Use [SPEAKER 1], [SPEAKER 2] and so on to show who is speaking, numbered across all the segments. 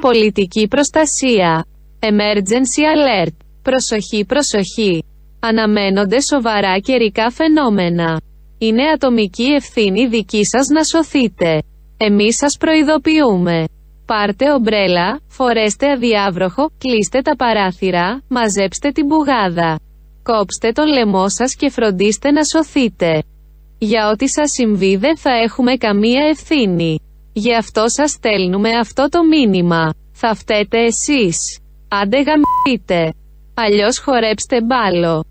[SPEAKER 1] πολιτική προστασία. Emergency alert. Προσοχή, προσοχή. Αναμένονται σοβαρά καιρικά φαινόμενα. Είναι ατομική ευθύνη δική σας να σωθείτε. Εμείς σας προειδοποιούμε. Πάρτε ομπρέλα, φορέστε αδιάβροχο, κλείστε τα παράθυρα, μαζέψτε την πουγάδα. Κόψτε τον λαιμό σας και φροντίστε να σωθείτε. Για ό,τι σας συμβεί δεν θα έχουμε καμία ευθύνη. Γι' αυτό σας στέλνουμε αυτό το μήνυμα. Θα φταίτε εσείς. Άντε γαμ***τε. Αλλιώς χορέψτε μπάλο.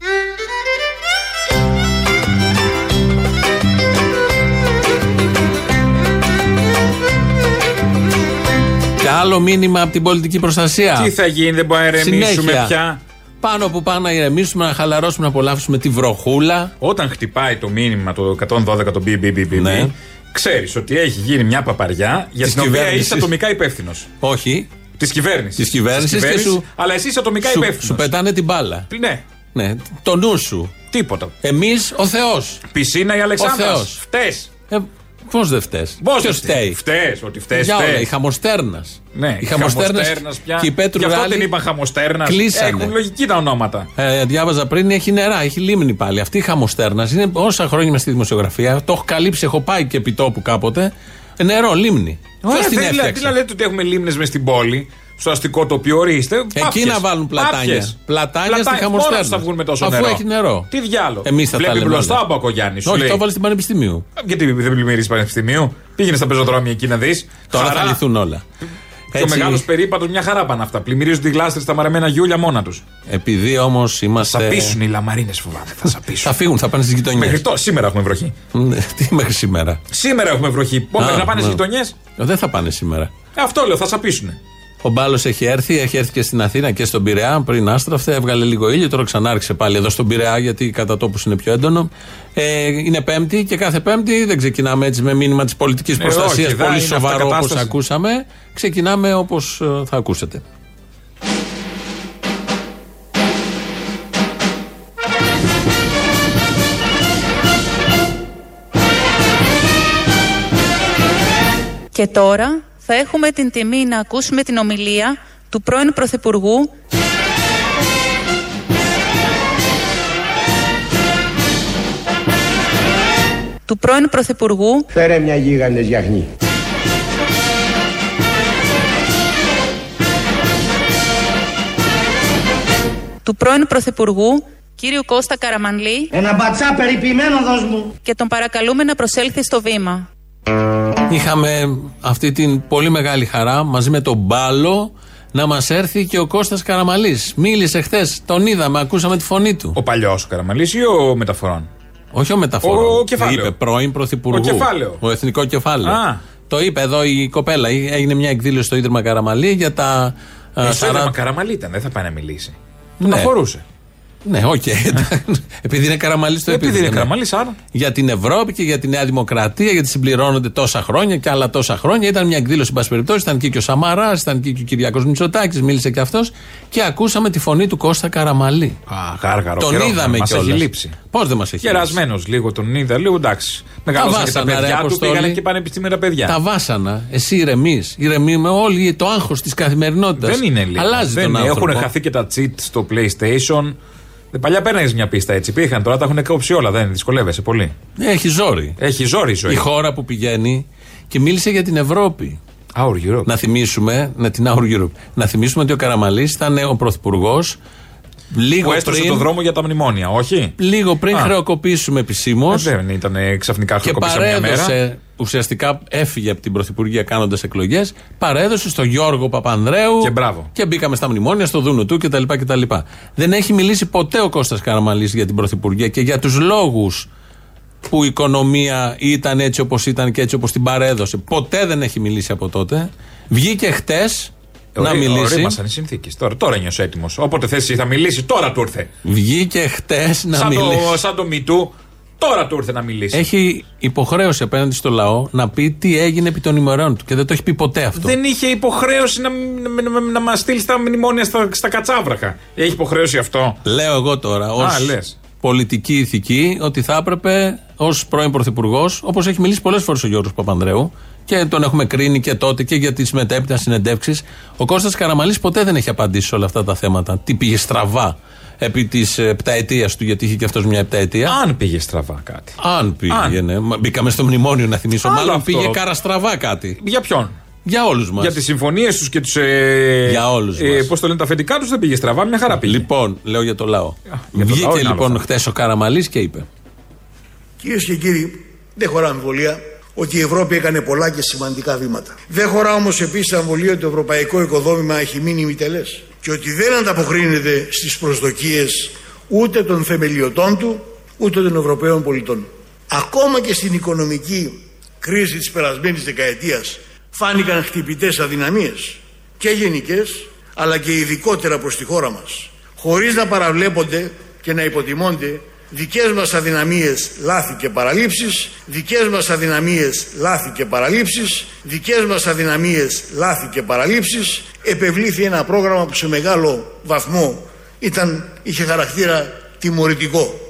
[SPEAKER 2] Και άλλο μήνυμα από την πολιτική προστασία.
[SPEAKER 3] Τι θα γίνει, δεν μπορούμε να
[SPEAKER 2] Συνέχεια.
[SPEAKER 3] ηρεμήσουμε πια.
[SPEAKER 2] Πάνω που πάνω να ηρεμήσουμε, να χαλαρώσουμε, να απολαύσουμε τη βροχούλα.
[SPEAKER 3] Όταν χτυπάει το μήνυμα το 112 το BBBB,
[SPEAKER 2] Ναι.
[SPEAKER 3] ξέρεις ότι έχει γίνει μια παπαριά για
[SPEAKER 2] Της
[SPEAKER 3] την οποία
[SPEAKER 2] κυβέρνησης.
[SPEAKER 3] είσαι ατομικά υπεύθυνος.
[SPEAKER 2] Όχι.
[SPEAKER 3] Της κυβέρνησης.
[SPEAKER 2] Της κυβέρνησης και σου-
[SPEAKER 3] Αλλά εσύ είσαι ατομικά
[SPEAKER 2] Σου,
[SPEAKER 3] υπεύθυνος.
[SPEAKER 2] σου πετάνε την μπάλα.
[SPEAKER 3] Ναι,
[SPEAKER 2] Ναι. Το νου σου.
[SPEAKER 3] τίποτα.
[SPEAKER 2] Εμείς ο Θεός.
[SPEAKER 3] Πισίνα η Αλεξάνδρας.
[SPEAKER 2] Θεός.
[SPEAKER 3] Φτε.
[SPEAKER 2] Ε, Πώς δεν φταίει. Ποιο φταίει.
[SPEAKER 3] Φτε, ότι φτε.
[SPEAKER 2] Για όλα. Η χαμοστέρνας.
[SPEAKER 3] Ναι,
[SPEAKER 2] η χαμοστέρνας
[SPEAKER 3] πια.
[SPEAKER 2] και η Πέτρου
[SPEAKER 3] Γι' αυτό
[SPEAKER 2] Ράλη
[SPEAKER 3] την είπα χαμοστέρνας.
[SPEAKER 2] κλείσανε.
[SPEAKER 3] Έχουν λογική τα ονόματα.
[SPEAKER 2] Ε, διάβαζα πριν, έχει νερά, έχει λίμνη πάλι. Αυτή η χαμοστέρνας είναι όσα χρόνια είμαι στη δημοσιογραφία. Το έχω καλύψει, έχω πάει και επί τόπου κάποτε. Ε, Νερό, λίμνη. Ποιο την
[SPEAKER 3] δεν λέ- τι
[SPEAKER 2] έφτιαξε.
[SPEAKER 3] να λέτε ότι έχουμε λίμνες μες στην πόλη, στο αστικό τοπίο, ορίστε. πάπιες.
[SPEAKER 2] να βάλουν πλατάνια.
[SPEAKER 3] Πάπιες.
[SPEAKER 2] Πλατάνια στη
[SPEAKER 3] Πλατάνια,
[SPEAKER 2] χαμοστέρνα.
[SPEAKER 3] Μόνος τους θα βγουν με τόσο
[SPEAKER 2] Αφού
[SPEAKER 3] νερό.
[SPEAKER 2] έχει νερό.
[SPEAKER 3] Τι διάλο.
[SPEAKER 2] Εμείς θα τα
[SPEAKER 3] Βλέπει
[SPEAKER 2] λέμε
[SPEAKER 3] μπροστά
[SPEAKER 2] όλα.
[SPEAKER 3] ο Μπακογιάννη. Σου
[SPEAKER 2] Όχι,
[SPEAKER 3] λέει.
[SPEAKER 2] το βάλει στην Πανεπιστημίου.
[SPEAKER 3] Γιατί δεν πλημμυρίζει Πανεπιστημίου. Πήγαινε στα πεζοδρόμια εκεί να δεις.
[SPEAKER 2] Τώρα θα λυθούν όλα.
[SPEAKER 3] Και ο μεγάλος περίπατος μια χαρά πάνε αυτά. Πλημμυρίζονται οι γλάστρε στα μαρεμένα γιούλια μόνα τους.
[SPEAKER 2] Επειδή όμως είμαστε.
[SPEAKER 3] Σαπίσουν οι λαμαρίνες, φοβάμαι. Θα σαπίσουν.
[SPEAKER 2] Θα φύγουν, θα πάνε στις γειτονιές.
[SPEAKER 3] Μέχρι τώρα, σήμερα έχουμε βροχή.
[SPEAKER 2] Τι μέχρι σήμερα.
[SPEAKER 3] Σήμερα έχουμε βροχή. Πότε
[SPEAKER 2] Α,
[SPEAKER 3] να πάνε στις
[SPEAKER 2] ναι.
[SPEAKER 3] γειτονιές.
[SPEAKER 2] Ε, Δεν θα πάνε σήμερα.
[SPEAKER 3] Αυτό λέω, θα σαπίσουν.
[SPEAKER 2] Ο μπάλος έχει έρθει, έχει έρθει και στην Αθήνα και στον Πειραιά. Πριν άστραφτε, έβγαλε λίγο ήλιο, τώρα ξανά άρχισε πάλι εδώ στον Πειραιά, γιατί κατά τόπους είναι πιο έντονο. Ε, είναι Πέμπτη και κάθε Πέμπτη δεν ξεκινάμε έτσι με μήνυμα της πολιτικής προστασία,
[SPEAKER 3] Ε, όχι, δα,
[SPEAKER 2] πολύ
[SPEAKER 3] είναι
[SPEAKER 2] σοβαρό όπως
[SPEAKER 3] αυτοκατάσταση.
[SPEAKER 2] ακούσαμε. Ξεκινάμε όπως θα ακούσετε.
[SPEAKER 4] Και τώρα θα έχουμε την τιμή να ακούσουμε την ομιλία του πρώην Πρωθυπουργού του πρώην Πρωθυπουργού
[SPEAKER 5] Φέρε μια γίγαντε γιαχνή.
[SPEAKER 4] του πρώην Πρωθυπουργού κύριου Κώστα Καραμανλή
[SPEAKER 5] Ένα μπατσά περιποιημένο δώσ' μου.
[SPEAKER 4] και τον παρακαλούμε να προσέλθει στο βήμα.
[SPEAKER 2] Είχαμε αυτή την πολύ μεγάλη χαρά μαζί με τον Μπάλο να μας έρθει και ο Κώστας Καραμαλής. Μίλησε χθες, τον είδαμε, ακούσαμε τη φωνή του.
[SPEAKER 3] Ο παλιός Καραμαλής ή ο μεταφορών.
[SPEAKER 2] Όχι ο μεταφορό.
[SPEAKER 3] Ο- ο κεφάλαιο.
[SPEAKER 2] Είπε πρώην πρωθυπουργού.
[SPEAKER 3] Ο κεφάλαιο.
[SPEAKER 2] Ο εθνικό κεφάλαιο.
[SPEAKER 3] Α.
[SPEAKER 2] Το είπε εδώ η κοπέλα. Έγινε μια εκδήλωση στο Ίδρυμα Καραμαλή για τα. α,
[SPEAKER 3] Ε, στο
[SPEAKER 2] 40
[SPEAKER 3] είδαμε, Καραμαλή ήταν, δεν θα πάει να μιλήσει.
[SPEAKER 2] Ναι.
[SPEAKER 3] Να χωρούσε.
[SPEAKER 2] Ναι, οκ. Επειδή είναι Καραμαλής το
[SPEAKER 3] Ε, Επειδή
[SPEAKER 2] επίθετο,
[SPEAKER 3] είναι
[SPEAKER 2] ναι.
[SPEAKER 3] Καραμαλής, άρα.
[SPEAKER 2] Για την Ευρώπη και για τη Νέα Δημοκρατία, γιατί συμπληρώνονται τόσα χρόνια και άλλα τόσα χρόνια. Ήταν μια εκδήλωση, εν πάση περιπτώσει. Ήταν εκεί και ο Σαμαράς, ήταν εκεί και ο Κυριακός Μητσοτάκης, μίλησε και αυτός. Και ακούσαμε τη φωνή του Κώστα Καραμαλή.
[SPEAKER 3] Α, γάργαρο.
[SPEAKER 2] τον
[SPEAKER 3] καιρό.
[SPEAKER 2] είδαμε
[SPEAKER 3] Μας
[SPEAKER 2] κιόλα.
[SPEAKER 3] έχει λείψει.
[SPEAKER 2] Πώς δεν μας έχει λείψει.
[SPEAKER 3] Κερασμένο λίγο τον είδα, λίγο εντάξει. Μεγάλωσε και τα
[SPEAKER 2] βάσανα, ρε,
[SPEAKER 3] παιδιά του,
[SPEAKER 2] Αποστόλη.
[SPEAKER 3] πήγανε και πανεπιστήμια τα παιδιά.
[SPEAKER 2] Τα βάσανα, εσύ ηρεμείς. Ηρεμεί όλοι το άγχος της καθημερινότητας.
[SPEAKER 3] Δεν είναι λίγο.
[SPEAKER 2] Αλλάζει
[SPEAKER 3] δεν
[SPEAKER 2] τον
[SPEAKER 3] είναι.
[SPEAKER 2] άνθρωπο.
[SPEAKER 3] Έχουν χαθεί και τα cheat στο PlayStation. Ε, Παλιά παίρνει μια πίστα έτσι. Πήγαν τώρα, τα έχουν κόψει όλα. Δεν δυσκολεύεσαι πολύ.
[SPEAKER 2] Έχει ζόρι.
[SPEAKER 3] Έχει ζόρι η ζωή.
[SPEAKER 2] Η χώρα που πηγαίνει και μίλησε για την Ευρώπη.
[SPEAKER 3] Our Europe.
[SPEAKER 2] Να θυμίσουμε, να την Our Europe. Να θυμίσουμε ότι ο Καραμαλής ήταν ο πρωθυπουργός λίγο
[SPEAKER 3] Που έστρωσε
[SPEAKER 2] πριν,
[SPEAKER 3] το δρόμο για τα μνημόνια, όχι.
[SPEAKER 2] λίγο πριν
[SPEAKER 3] Α.
[SPEAKER 2] χρεοκοπήσουμε επισήμως.
[SPEAKER 3] Ε, Δεν ήταν ε, ξαφνικά
[SPEAKER 2] Και
[SPEAKER 3] χρεοκοπήσα μια μέρα.
[SPEAKER 2] παρέδωσε, ουσιαστικά έφυγε από την Πρωθυπουργία κάνοντας εκλογές, παρέδωσε στο Γιώργο Παπανδρέου.
[SPEAKER 3] Και μπράβο.
[SPEAKER 2] Και μπήκαμε στα μνημόνια, στο Δούνο του κτλ. κτλ. Δεν έχει μιλήσει ποτέ ο Κώστας Καραμαλής για την Πρωθυπουργία και για τους λόγους που η οικονομία ήταν έτσι όπως ήταν και έτσι όπως την παρέδωσε. Ποτέ δεν έχει μιλήσει από τότε. Βγήκε χτες να μιλήσει.
[SPEAKER 3] Ορίμασαν οι συνθήκες. Τώρα, τώρα νιώσω έτοιμος. Όποτε θέσει θα μιλήσει, τώρα του ήρθε.
[SPEAKER 2] Βγήκε χτες να
[SPEAKER 3] Σαν
[SPEAKER 2] μιλήσει.
[SPEAKER 3] το, σαν το μητού, τώρα του ήρθε να μιλήσει.
[SPEAKER 2] Έχει υποχρέωση απέναντι στο λαό να πει τι έγινε επί των ημερών του και δεν το έχει πει ποτέ αυτό.
[SPEAKER 3] Δεν είχε υποχρέωση να, να, να, να μας στείλει τα μνημόνια στα, στα κατσάβρακα. Έχει υποχρέωση αυτό.
[SPEAKER 2] Λέω εγώ τώρα, ω
[SPEAKER 3] Α, λες.
[SPEAKER 2] πολιτική ηθική, ότι θα έπρεπε ως πρώην Πρωθυπουργός, όπως έχει μιλήσει πολλές φορές ο Γιώργος Παπανδρέου Και τον έχουμε κρίνει και τότε και για τις μετέπειτα συνεντεύξεις. Ο Κώστας Καραμαλής ποτέ δεν έχει απαντήσει σε όλα αυτά τα θέματα. Τι πήγε στραβά επί της επταετίας του, γιατί είχε και αυτός μια επταετία.
[SPEAKER 3] Αν πήγε στραβά κάτι.
[SPEAKER 2] Αν πήγαινε. Μα Μπήκαμε στο μνημόνιο να θυμίσω.
[SPEAKER 3] Άλλο
[SPEAKER 2] Μάλλον
[SPEAKER 3] αυτό.
[SPEAKER 2] πήγε καραστραβά κάτι.
[SPEAKER 3] Για ποιον.
[SPEAKER 2] Για όλους μας.
[SPEAKER 3] Για τις συμφωνίες τους και τους. Ε,
[SPEAKER 2] Για όλους μας.
[SPEAKER 3] Πώς το λένε τα αφεντικά τους δεν πήγε στραβά, μια χαρά πήγε.
[SPEAKER 2] Λοιπόν, λέω για το λαό.
[SPEAKER 3] για το
[SPEAKER 2] Βγήκε
[SPEAKER 3] λαό είναι άλλο
[SPEAKER 2] λοιπόν
[SPEAKER 3] θέμα.
[SPEAKER 2] χτες ο Καραμαλής και είπε.
[SPEAKER 6] Κυρίες και κύριοι, δεν χωρά αμφιβολία ότι η Ευρώπη έκανε πολλά και σημαντικά βήματα. Δεν χωρά όμως επίσης αμβολία ότι το ευρωπαϊκό οικοδόμημα έχει μείνει μητελέ και ότι δεν ανταποκρίνεται στις προσδοκίες ούτε των θεμελιωτών του ούτε των Ευρωπαίων πολιτών. Ακόμα και στην οικονομική κρίση της περασμένης δεκαετίας φάνηκαν χτυπητές αδυναμίες και γενικές αλλά και ειδικότερα προς τη χώρα μας. Χωρίς να παραβλέπονται και να υποτιμώνται δικές μας αδυναμίες, λάθη και παραλήψεις, δικές μας αδυναμίες, λάθη και παραλήψεις, δικές μας αδυναμίες, λάθη και παραλήψεις, επευλήθη ένα πρόγραμμα που σε μεγάλο βαθμό ήταν, είχε χαρακτήρα τιμωρητικό.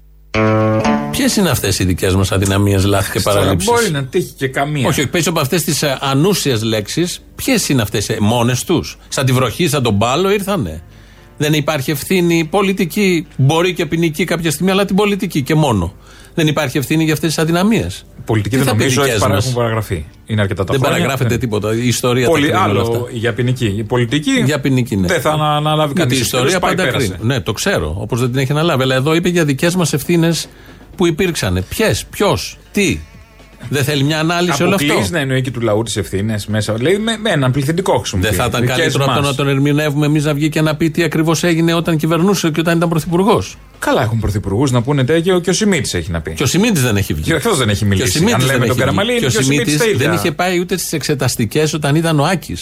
[SPEAKER 2] Ποιες είναι αυτές οι δικές μας αδυναμίες, λάθη και
[SPEAKER 3] Τώρα
[SPEAKER 2] παραλήψεις.
[SPEAKER 3] Μπορεί να τύχει και καμία.
[SPEAKER 2] Όχι, όχι, πίσω από ε, αυτές τις ανούσιες λέξεις, ποιες είναι αυτές μόνες τους. Σαν τη βροχή, σαν τον μπάλο ήρθανε. Δεν υπάρχει ευθύνη πολιτική. Μπορεί και ποινική κάποια στιγμή, αλλά την πολιτική και μόνο. Δεν υπάρχει ευθύνη για αυτές τις αδυναμίες.
[SPEAKER 3] Πολιτική δεν νομίζω έχει παρα- έχουν παραγραφεί. Είναι αρκετά τα
[SPEAKER 2] Δεν
[SPEAKER 3] χρόνια.
[SPEAKER 2] παραγράφεται
[SPEAKER 3] Δεν-
[SPEAKER 2] τίποτα. Η ιστορία
[SPEAKER 3] Πολύ-
[SPEAKER 2] τα κρίνει όλα αυτά.
[SPEAKER 3] άλλο για ποινική. Η πολιτική,
[SPEAKER 2] Για ποινική, ναι.
[SPEAKER 3] δεν θα ανα- αναλάβει
[SPEAKER 2] Για
[SPEAKER 3] κανεί.
[SPEAKER 2] την ιστορία πάντα κρίνει. Ναι, το ξέρω. Όπως δεν την έχει αναλάβει. Αλλά εδώ είπε για δικές μας ευθύνες που υπήρξαν. Ποιες, ποιος, τι. Δεν θέλει μια ανάλυση όλο αυτό.
[SPEAKER 3] Αποκλεί να εννοεί και του λαού τις ευθύνες μέσα. Λέει με, με έναν πληθυντικό έχουν
[SPEAKER 2] Δεν
[SPEAKER 3] πει.
[SPEAKER 2] θα ήταν
[SPEAKER 3] Δικές
[SPEAKER 2] καλύτερο από το
[SPEAKER 3] μας.
[SPEAKER 2] να τον ερμηνεύουμε εμείς να βγει και να πει τι ακριβώς έγινε όταν κυβερνούσε και όταν ήταν πρωθυπουργός.
[SPEAKER 3] Καλά έχουν πρωθυπουργούς να πούνε τέτοιο και ο Σιμίτης έχει να πει.
[SPEAKER 2] Και ο Σιμίτης δεν έχει βγει.
[SPEAKER 3] Και αυτός δεν έχει μιλήσει.
[SPEAKER 2] Και ο Σιμίτης
[SPEAKER 3] Αν λέμε
[SPEAKER 2] δεν
[SPEAKER 3] τον
[SPEAKER 2] έχει
[SPEAKER 3] Καραμαλή,
[SPEAKER 2] βγει.
[SPEAKER 3] είναι και ο Σιμίτης
[SPEAKER 2] Σιμίτης
[SPEAKER 3] τα ίδια.
[SPEAKER 2] δεν είχε πάει ούτε στις εξεταστικές όταν ήταν ο Άκης.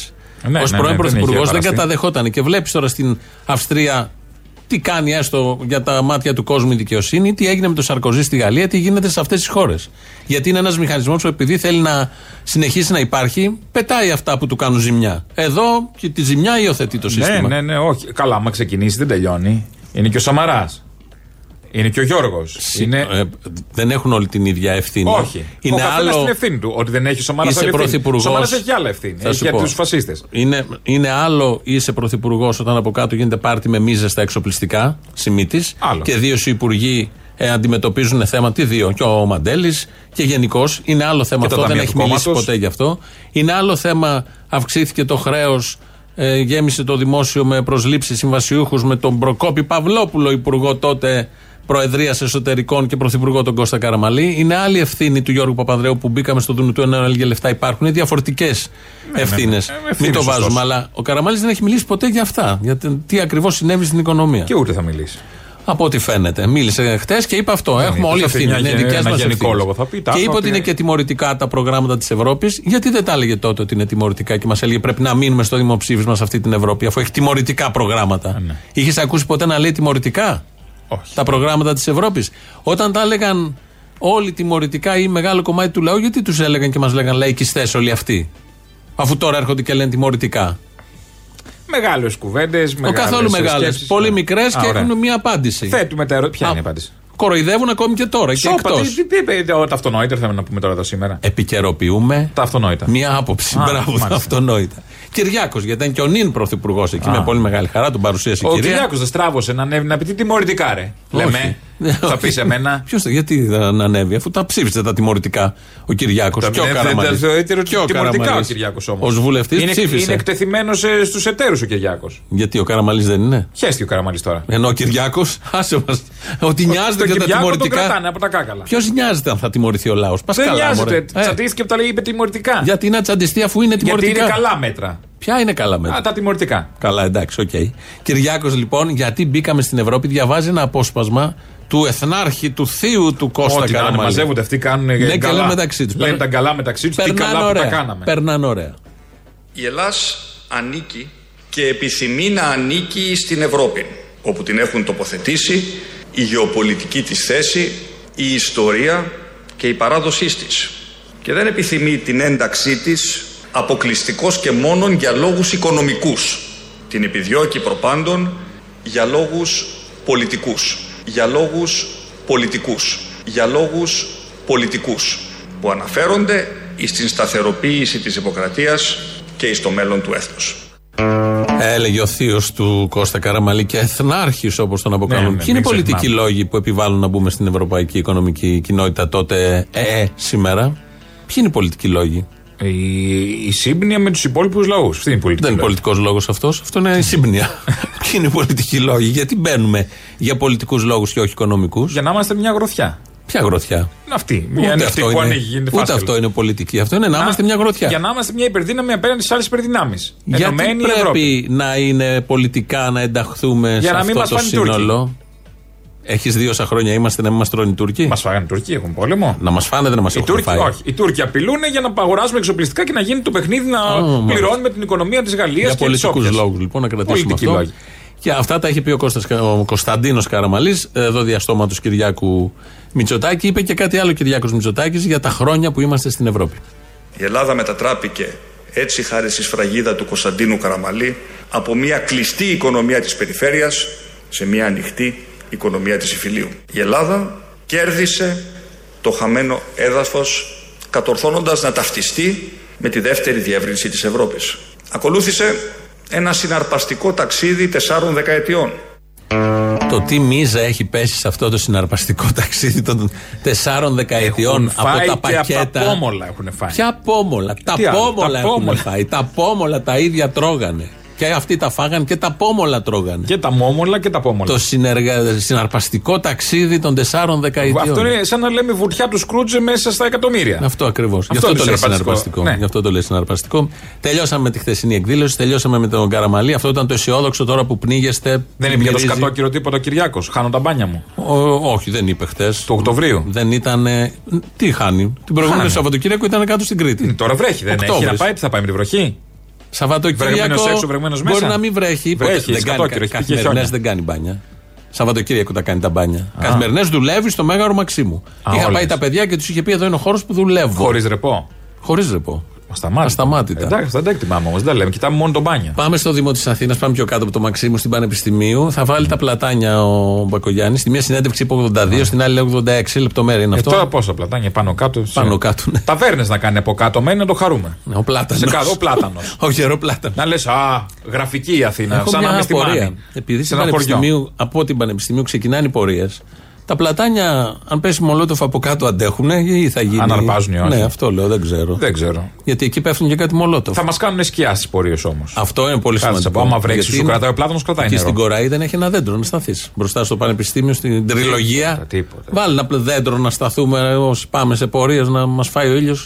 [SPEAKER 3] ναι,
[SPEAKER 2] Ως
[SPEAKER 3] ναι,
[SPEAKER 2] πρώην
[SPEAKER 3] δεν
[SPEAKER 2] πρωθυπουργό
[SPEAKER 3] είχε
[SPEAKER 2] δεν
[SPEAKER 3] παραστεί.
[SPEAKER 2] καταδεχόταν. Και βλέπεις τώρα στην Αυστρία τι κάνει έστω για τα μάτια του κόσμου η δικαιοσύνη, τι έγινε με τον Σαρκοζή στη Γαλλία, τι γίνεται σε αυτές τις χώρες. Γιατί είναι ένας μηχανισμός που επειδή θέλει να συνεχίσει να υπάρχει, πετάει αυτά που του κάνουν ζημιά. Εδώ και τη ζημιά υιοθετεί το σύστημα.
[SPEAKER 3] Ναι, ναι, ναι, όχι. Καλά, άμα ξεκινήσει δεν τελειώνει. Είναι και ο Σαμαράς. Είναι και ο Γιώργος. Είναι...
[SPEAKER 2] Ε, δεν έχουν όλοι την ίδια ευθύνη.
[SPEAKER 3] ναι. όχι.
[SPEAKER 2] Είναι
[SPEAKER 3] ο καθένας
[SPEAKER 2] άλλο.
[SPEAKER 3] την ευθύνη του. Ότι δεν έχει ο Σαμαρά
[SPEAKER 2] Είσαι
[SPEAKER 3] ευθύνη. Ο
[SPEAKER 2] πρωθυπουργό.
[SPEAKER 3] Σαμαρά έχει άλλα ευθύνη. έχει για τους φασίστες.
[SPEAKER 2] Είναι, είναι άλλο είσαι πρωθυπουργός όταν από κάτω γίνεται πάρτι με μίζες στα εξοπλιστικά, Σιμίτη.
[SPEAKER 3] Άλλος.
[SPEAKER 2] Και δύο σου υπουργοί ε, αντιμετωπίζουν θέμα. Τι δύο, και ο Μαντέλης και γενικώς. Είναι άλλο θέμα
[SPEAKER 3] Και τα
[SPEAKER 2] αυτό, δεν
[SPEAKER 3] ταμεία
[SPEAKER 2] έχει
[SPEAKER 3] του
[SPEAKER 2] μιλήσει
[SPEAKER 3] κόμματος.
[SPEAKER 2] ποτέ γι' αυτό. Είναι άλλο θέμα, αυξήθηκε το χρέος, ε, γέμισε το δημόσιο με προσλήψεις συμβασιούχους με τον Προκόπη Παυλόπουλο, υπουργό τότε Προεδρίας Εσωτερικών και Πρωθυπουργό τον Κώστα Καραμαλή. Είναι άλλη ευθύνη του Γιώργου Παπανδρέου που μπήκαμε στο Δούνου του ενώ έλεγε λεφτά υπάρχουν. Διαφορετικέ ευθύνες.
[SPEAKER 3] Ε, ευθύνη,
[SPEAKER 2] Μην το
[SPEAKER 3] σωστός.
[SPEAKER 2] βάζουμε. Αλλά ο Καραμαλής δεν έχει μιλήσει ποτέ για αυτά. Για το τι ακριβώς συνέβη στην οικονομία.
[SPEAKER 3] Και ούτε θα μιλήσει.
[SPEAKER 2] Από ό,τι φαίνεται. Μίλησε χτες και είπε αυτό. Έχουμε
[SPEAKER 3] είπε,
[SPEAKER 2] όλη
[SPEAKER 3] θα πει
[SPEAKER 2] ευθύνη.
[SPEAKER 3] Ναι,
[SPEAKER 2] Είναι
[SPEAKER 3] μια γεν-
[SPEAKER 2] δικέ
[SPEAKER 3] ένα
[SPEAKER 2] μας
[SPEAKER 3] γενικόλογο, θα πει, τα
[SPEAKER 2] Και είπε
[SPEAKER 3] άκρα
[SPEAKER 2] ότι
[SPEAKER 3] ότι-
[SPEAKER 2] είναι και τιμωρητικά τα προγράμματα της Ευρώπης. Γιατί δεν τα έλεγε τότε ότι είναι τιμωρητικά και μας έλεγε πρέπει να μείνουμε στο δημοψήφισμα σε αυτή την Ευρώπη, αφού έχει τιμωρητικά προγράμματα.
[SPEAKER 3] ναι.
[SPEAKER 2] Είχες ακούσει ποτέ να λέει τιμωρητικά
[SPEAKER 3] Όχι.
[SPEAKER 2] τα προγράμματα της Ευρώπης. Όταν τα έλεγαν όλοι τιμωρητικά ή μεγάλο κομμάτι του λαού, γιατί τους έλεγαν και μας λέγαν λαϊκιστές όλοι αυτοί. Αφού τώρα έρχονται και λένε τιμωρητικά.
[SPEAKER 3] Μεγάλες κουβέντες.
[SPEAKER 2] Ο καθόλου μεγάλες. Πολύ μικρέ και έχουν μία απάντηση.
[SPEAKER 3] ναι. Θέτουμε τα ερώτηση. Ποια
[SPEAKER 2] Α,
[SPEAKER 3] είναι η απάντηση.
[SPEAKER 2] Κοροϊδεύουν ακόμη και τώρα και
[SPEAKER 3] Σόπα,
[SPEAKER 2] εκτός.
[SPEAKER 3] τι- τι- τι είπε τα αυτονόητα, θέλουμε να πούμε τώρα εδώ σήμερα.
[SPEAKER 2] Ε, Επικαιροποιούμε
[SPEAKER 3] Τα αυτονόητα.
[SPEAKER 2] μία άποψη.
[SPEAKER 3] Α,
[SPEAKER 2] Μπράβο, τα
[SPEAKER 3] μάλιστα.
[SPEAKER 2] αυτονόητα. Κυριάκος, γιατί ήταν και ο νυν πρωθυπουργός εκεί με πολύ μεγάλη χαρά, τον παρουσίασε η
[SPEAKER 3] Ο
[SPEAKER 2] κυρία.
[SPEAKER 3] Κυριάκος δεν στράβωσε να ανέβει να πει τι τιμωρητικά, ρε. Λέμε. Θα πεις εμένα.
[SPEAKER 2] Ποιος γιατί δεν ανέβει, αφού τα ψήφισε τα τιμωρητικά ο Κυριάκος.
[SPEAKER 3] Τα
[SPEAKER 2] Και ο
[SPEAKER 3] δεν-
[SPEAKER 2] Καραμαλής.
[SPEAKER 3] δεν θεωρείται ότι
[SPEAKER 2] Και ο
[SPEAKER 3] τιμωρητικά
[SPEAKER 2] Καραμαλής.
[SPEAKER 3] ο Κυριάκος όμως.
[SPEAKER 2] Ως βουλευτής
[SPEAKER 3] είναι,
[SPEAKER 2] ψήφισε.
[SPEAKER 3] Είναι εκτεθειμένος στους εταίρους ο Κυριάκος.
[SPEAKER 2] Γιατί ο Καραμαλής δεν είναι.
[SPEAKER 3] Χαίστηκε ο Καραμαλής τώρα.
[SPEAKER 2] Ενώ ο Κυριάκος, άσε μας. Ότι νοιάζεται
[SPEAKER 3] Τον
[SPEAKER 2] για τα
[SPEAKER 3] Κυριάκο Τον
[SPEAKER 2] τιμωρητικά.
[SPEAKER 3] κρατάνε από τα κάκαλα.
[SPEAKER 2] Ποιος νοιάζεται αν θα τιμωρηθεί ο λαός. Πας
[SPEAKER 3] Δεν
[SPEAKER 2] καλά, μωρέ.
[SPEAKER 3] νοιάζεται.
[SPEAKER 2] Ε,
[SPEAKER 3] Τσατίστηκε που τα λέει είπε τιμωρητικά.
[SPEAKER 2] Γιατί να τσαντιστεί αφού είναι
[SPEAKER 3] Γιατί
[SPEAKER 2] τιμωρητικά.
[SPEAKER 3] είναι καλά μέτρα.
[SPEAKER 2] Ποια είναι καλά μέτρα.
[SPEAKER 3] Α, τα τιμωρητικά.
[SPEAKER 2] Καλά, εντάξει, οκ. Κυριάκος, λοιπόν, γιατί μπήκαμε στην Ευρώπη, διαβάζει ένα απόσπασμα του εθνάρχη, του θείου του Κώστα
[SPEAKER 3] Ό,τι να είναι,
[SPEAKER 2] Καραμαλή.
[SPEAKER 3] μαζεύονται αυτοί, κάνουν
[SPEAKER 2] Λένε Ναι, και
[SPEAKER 3] καλά.
[SPEAKER 2] λένε μεταξύ τους.
[SPEAKER 3] Λένε τα καλά μεταξύ τους, τι καλά που τα κάναμε.
[SPEAKER 2] Περνάνε ωραία.
[SPEAKER 7] Η Ελλάς ανήκει και επιθυμεί να ανήκει στην Ευρώπη, όπου την έχουν τοποθετήσει η γεωπολιτική της θέση, η ιστορία και η παράδοσή της. Και δεν επιθυμεί την ένταξή της αποκλειστικός και μόνον για λόγους οικονομικούς. Την επιδιώκει προπάντων για λόγους πολιτικούς. Για λόγους πολιτικούς. Για λόγους πολιτικούς που αναφέρονται στην σταθεροποίηση της Ιπποκρατίας και στο μέλλον του έθνους.
[SPEAKER 2] Έλεγε ο θείος του Κώστα Καραμαλή και εθνάρχης, όπως τον αποκαλούν.
[SPEAKER 3] Ναι, ναι,
[SPEAKER 2] Ποιοι είναι οι
[SPEAKER 3] μην
[SPEAKER 2] πολιτικοί
[SPEAKER 3] ξεχνάμε.
[SPEAKER 2] λόγοι που επιβάλλουν να μπούμε στην Ευρωπαϊκή Οικονομική Κοινότητα τότε, ε, ε, σήμερα. Ποιοι είναι οι πολιτικοί λόγοι.
[SPEAKER 3] Η, η σύμπνοια με τους υπόλοιπους λαούς. Αυτή είναι η πολιτική.
[SPEAKER 2] Δεν είναι
[SPEAKER 3] λόγη.
[SPEAKER 2] πολιτικός λόγος αυτός. Αυτό είναι η σύμπνοια. Ποιοι είναι οι πολιτικοί λόγοι. Γιατί μπαίνουμε για πολιτικούς λόγους και όχι οικονομικούς.
[SPEAKER 3] Για να είμαστε μια γροθιά.
[SPEAKER 2] Ποια γροθιά.
[SPEAKER 3] Είναι αυτή. Μια είναι αυτή που ανοίγει, γίνεται
[SPEAKER 2] ούτε
[SPEAKER 3] φάκελος.
[SPEAKER 2] αυτό είναι πολιτική. Αυτό είναι να, είμαστε μια γροθιά.
[SPEAKER 3] Για να είμαστε μια υπερδύναμη απέναντι σε άλλες υπερδυνάμεις.
[SPEAKER 2] Γιατί
[SPEAKER 3] Ενωμένη η
[SPEAKER 2] πρέπει
[SPEAKER 3] Ευρώπη.
[SPEAKER 2] να είναι πολιτικά να ενταχθούμε
[SPEAKER 3] Για
[SPEAKER 2] σε
[SPEAKER 3] να μην μας
[SPEAKER 2] αυτό το
[SPEAKER 3] φάνε οι Τούρκοι.
[SPEAKER 2] σύνολο. Έχεις δύο όσα χρόνια είμαστε να μην μας τρώνε οι Τούρκοι.
[SPEAKER 3] Μας φάγανε οι Τουρκοί, έχουν πόλεμο.
[SPEAKER 2] Να μας φάνε, δεν μας
[SPEAKER 3] Οι
[SPEAKER 2] έχουν
[SPEAKER 3] Τούρκοι,
[SPEAKER 2] φάει.
[SPEAKER 3] όχι. Οι Τούρκοι απειλούν για να παγοράζουμε εξοπλιστικά και να γίνει το παιχνίδι να
[SPEAKER 2] μάλιστα.
[SPEAKER 3] πληρώνουμε την οικονομία της Γαλλίας
[SPEAKER 2] Για
[SPEAKER 3] και τη
[SPEAKER 2] πολιτικού
[SPEAKER 3] Σόφια.
[SPEAKER 2] λόγους, λοιπόν, να κρατήσουμε
[SPEAKER 3] Πολιτικοί
[SPEAKER 2] αυτό.
[SPEAKER 3] λόγοι.
[SPEAKER 2] Και αυτά τα έχει πει ο, Κώστας, Κα- ο Κωνσταντίνος Καραμαλής, εδώ διαστόματος Κυριάκου Μητσοτάκη. Είπε και κάτι άλλο Κυριάκος Μητσοτάκης για τα χρόνια που είμαστε στην Ευρώπη.
[SPEAKER 7] Η Ελλάδα μετατράπηκε έτσι χάρη στη σφραγίδα του Κωνσταντίνου Καραμαλή από μια κλειστή οικονομία της περιφέρειας σε μια ανοιχτή οικονομία της Ιφιλίου. Η Ελλάδα κέρδισε το χαμένο έδαφος κατορθώνοντας να ταυτιστεί με τη δεύτερη διεύρυνση της Ευρώπης. Ακολούθησε ένα συναρπαστικό ταξίδι τεσσάρων δεκαετιών
[SPEAKER 2] Το τι μίζα έχει πέσει σε αυτό το συναρπαστικό ταξίδι των τεσσάρων
[SPEAKER 3] Έχουν
[SPEAKER 2] δεκαετιών από
[SPEAKER 3] φάει
[SPEAKER 2] τα
[SPEAKER 3] και
[SPEAKER 2] πακέτα.
[SPEAKER 3] από απόμολα έχουν φάει.
[SPEAKER 2] Ποια πόμολα. Τα
[SPEAKER 3] Τι άλλο, τα
[SPEAKER 2] πόμολα έχουν
[SPEAKER 3] πόμολα.
[SPEAKER 2] φάει. Τα πόμολα τα ίδια τρώγανε. Και αυτοί τα φάγαν και τα πόμολα τρώγανε.
[SPEAKER 3] Και τα μόμολα και τα πόμολα.
[SPEAKER 2] Το συνεργα... συναρπαστικό ταξίδι των τεσσάρων δεκαετιών.
[SPEAKER 3] Αυτό είναι σαν να λέμε βουριά του Σκρούτζε μέσα στα εκατομμύρια.
[SPEAKER 2] Αυτό ακριβώς. Γι' αυτό
[SPEAKER 3] Αυτό είναι
[SPEAKER 2] το λέει
[SPEAKER 3] συναρπαστικό.
[SPEAKER 2] συναρπαστικό.
[SPEAKER 3] Ναι.
[SPEAKER 2] Γι' αυτό το λέει συναρπαστικό. Τελειώσαμε με τη χθεσινή εκδήλωση, τελειώσαμε με τον Καραμαλή. Αυτό ήταν το αισιόδοξο τώρα που πνίγεστε.
[SPEAKER 3] Δεν είπε για το
[SPEAKER 2] μυρίζει.
[SPEAKER 3] σκατόκυρο τίποτα ο Κυριάκος. Χάνω τα μπάνια μου.
[SPEAKER 2] Ο- όχι, δεν είπε χθες.
[SPEAKER 3] Του Οκτωβρίου.
[SPEAKER 2] Δεν ήταν. ε, Τι χάνει. Την προηγούμενη
[SPEAKER 3] Χάνει.
[SPEAKER 2] Σαββατοκύριακο ήταν κάτω στην Κρήτη.
[SPEAKER 3] Ε, Τώρα βρέχει, δεν έχει
[SPEAKER 2] Οκτώβρης.
[SPEAKER 3] να πάει, τι θα πάει με τη βροχή.
[SPEAKER 2] Σαββατοκύριακο.
[SPEAKER 3] Βρεγμένος έξω, βρεγμένος
[SPEAKER 2] Μπορεί
[SPEAKER 3] μέσα.
[SPEAKER 2] να μην βρέχει.
[SPEAKER 3] Βρέχει,
[SPEAKER 2] ποτέ. δεν κάνει,
[SPEAKER 3] σκατόκυρο,
[SPEAKER 2] κα-
[SPEAKER 3] έχει τύχει
[SPEAKER 2] καθημερινές
[SPEAKER 3] χιόνια.
[SPEAKER 2] δεν κάνει μπάνια. Σαββατοκύριακο τα κάνει τα μπάνια. Καθημερινές δουλεύει στο μέγαρο Μαξίμου.
[SPEAKER 3] Α,
[SPEAKER 2] Είχα
[SPEAKER 3] όλα
[SPEAKER 2] πάει
[SPEAKER 3] είναι.
[SPEAKER 2] τα παιδιά και τους είχε πει: Εδώ είναι ο χώρος που δουλεύω.
[SPEAKER 3] Χωρίς ρεπό.
[SPEAKER 2] Χωρίς ρεπό.
[SPEAKER 3] Ασταμάτητα.
[SPEAKER 2] Ασταμάτητα.
[SPEAKER 3] Εντάξει, δεν τα εκτιμάμε όμως. Δεν λέμε, κοιτάμε μόνο το μπάνια.
[SPEAKER 2] Πάμε στο Δήμο της Αθήνας, πάμε πιο κάτω από το Μαξίμου στην Πανεπιστημίου. Θα βάλει τα πλατάνια ο Μπακογιάννης. Στη μία συνέντευξη είπε 82, στην άλλη λέει 86. Λεπτομέρεια είναι
[SPEAKER 3] Ε,
[SPEAKER 2] αυτό.
[SPEAKER 3] τώρα πόσα πλατάνια πάνω κάτω. σε-
[SPEAKER 2] Πάνω κάτω, ναι.
[SPEAKER 3] Ταβέρνες να κάνει από κάτω, μένει να το χαρούμε.
[SPEAKER 2] Ναι, Ο πλάτανος.
[SPEAKER 3] Σε κάτω, ο πλάτανος.
[SPEAKER 2] ο γερό πλάτανος.
[SPEAKER 3] Να λες, α, γραφική η Αθήνα.
[SPEAKER 2] Έχω
[SPEAKER 3] σαν να
[SPEAKER 2] μια
[SPEAKER 3] είμαι στη
[SPEAKER 2] απορία.
[SPEAKER 3] Μάνη.
[SPEAKER 2] Επειδή
[SPEAKER 3] Σε
[SPEAKER 2] στην
[SPEAKER 3] ένα χωριό.
[SPEAKER 2] πανεπιστημίου, από την Πανεπιστημίου ξεκινάνε οι πορείες. Τα πλατάνια, αν πέσει μολότοφ από κάτω, αντέχουν ή θα γίνει.
[SPEAKER 3] Αν αρπάζουν ή όχι.
[SPEAKER 2] Ναι, αυτό λέω, δεν ξέρω.
[SPEAKER 3] Δεν ξέρω.
[SPEAKER 2] Γιατί εκεί πέφτουν και κάτι μολότοφ.
[SPEAKER 3] Θα μας κάνουν σκιά στις πορείες όμως.
[SPEAKER 2] Αυτό είναι πολύ
[SPEAKER 3] Κάτσε
[SPEAKER 2] σημαντικό.
[SPEAKER 3] από άμα βρέξεις,
[SPEAKER 2] Γιατί
[SPEAKER 3] σου κρατάει ο πλάτανο, κρατάει
[SPEAKER 2] Εκεί στην
[SPEAKER 3] νερό.
[SPEAKER 2] Κοραή δεν έχει ένα δέντρο να σταθείς. Μπροστά στο πανεπιστήμιο, στην τριλογία.
[SPEAKER 3] τίποτα, τίποτα.
[SPEAKER 2] Βάλει ένα δέντρο να σταθούμε όσοι πάμε σε πορείες να μας φάει ο ήλιος.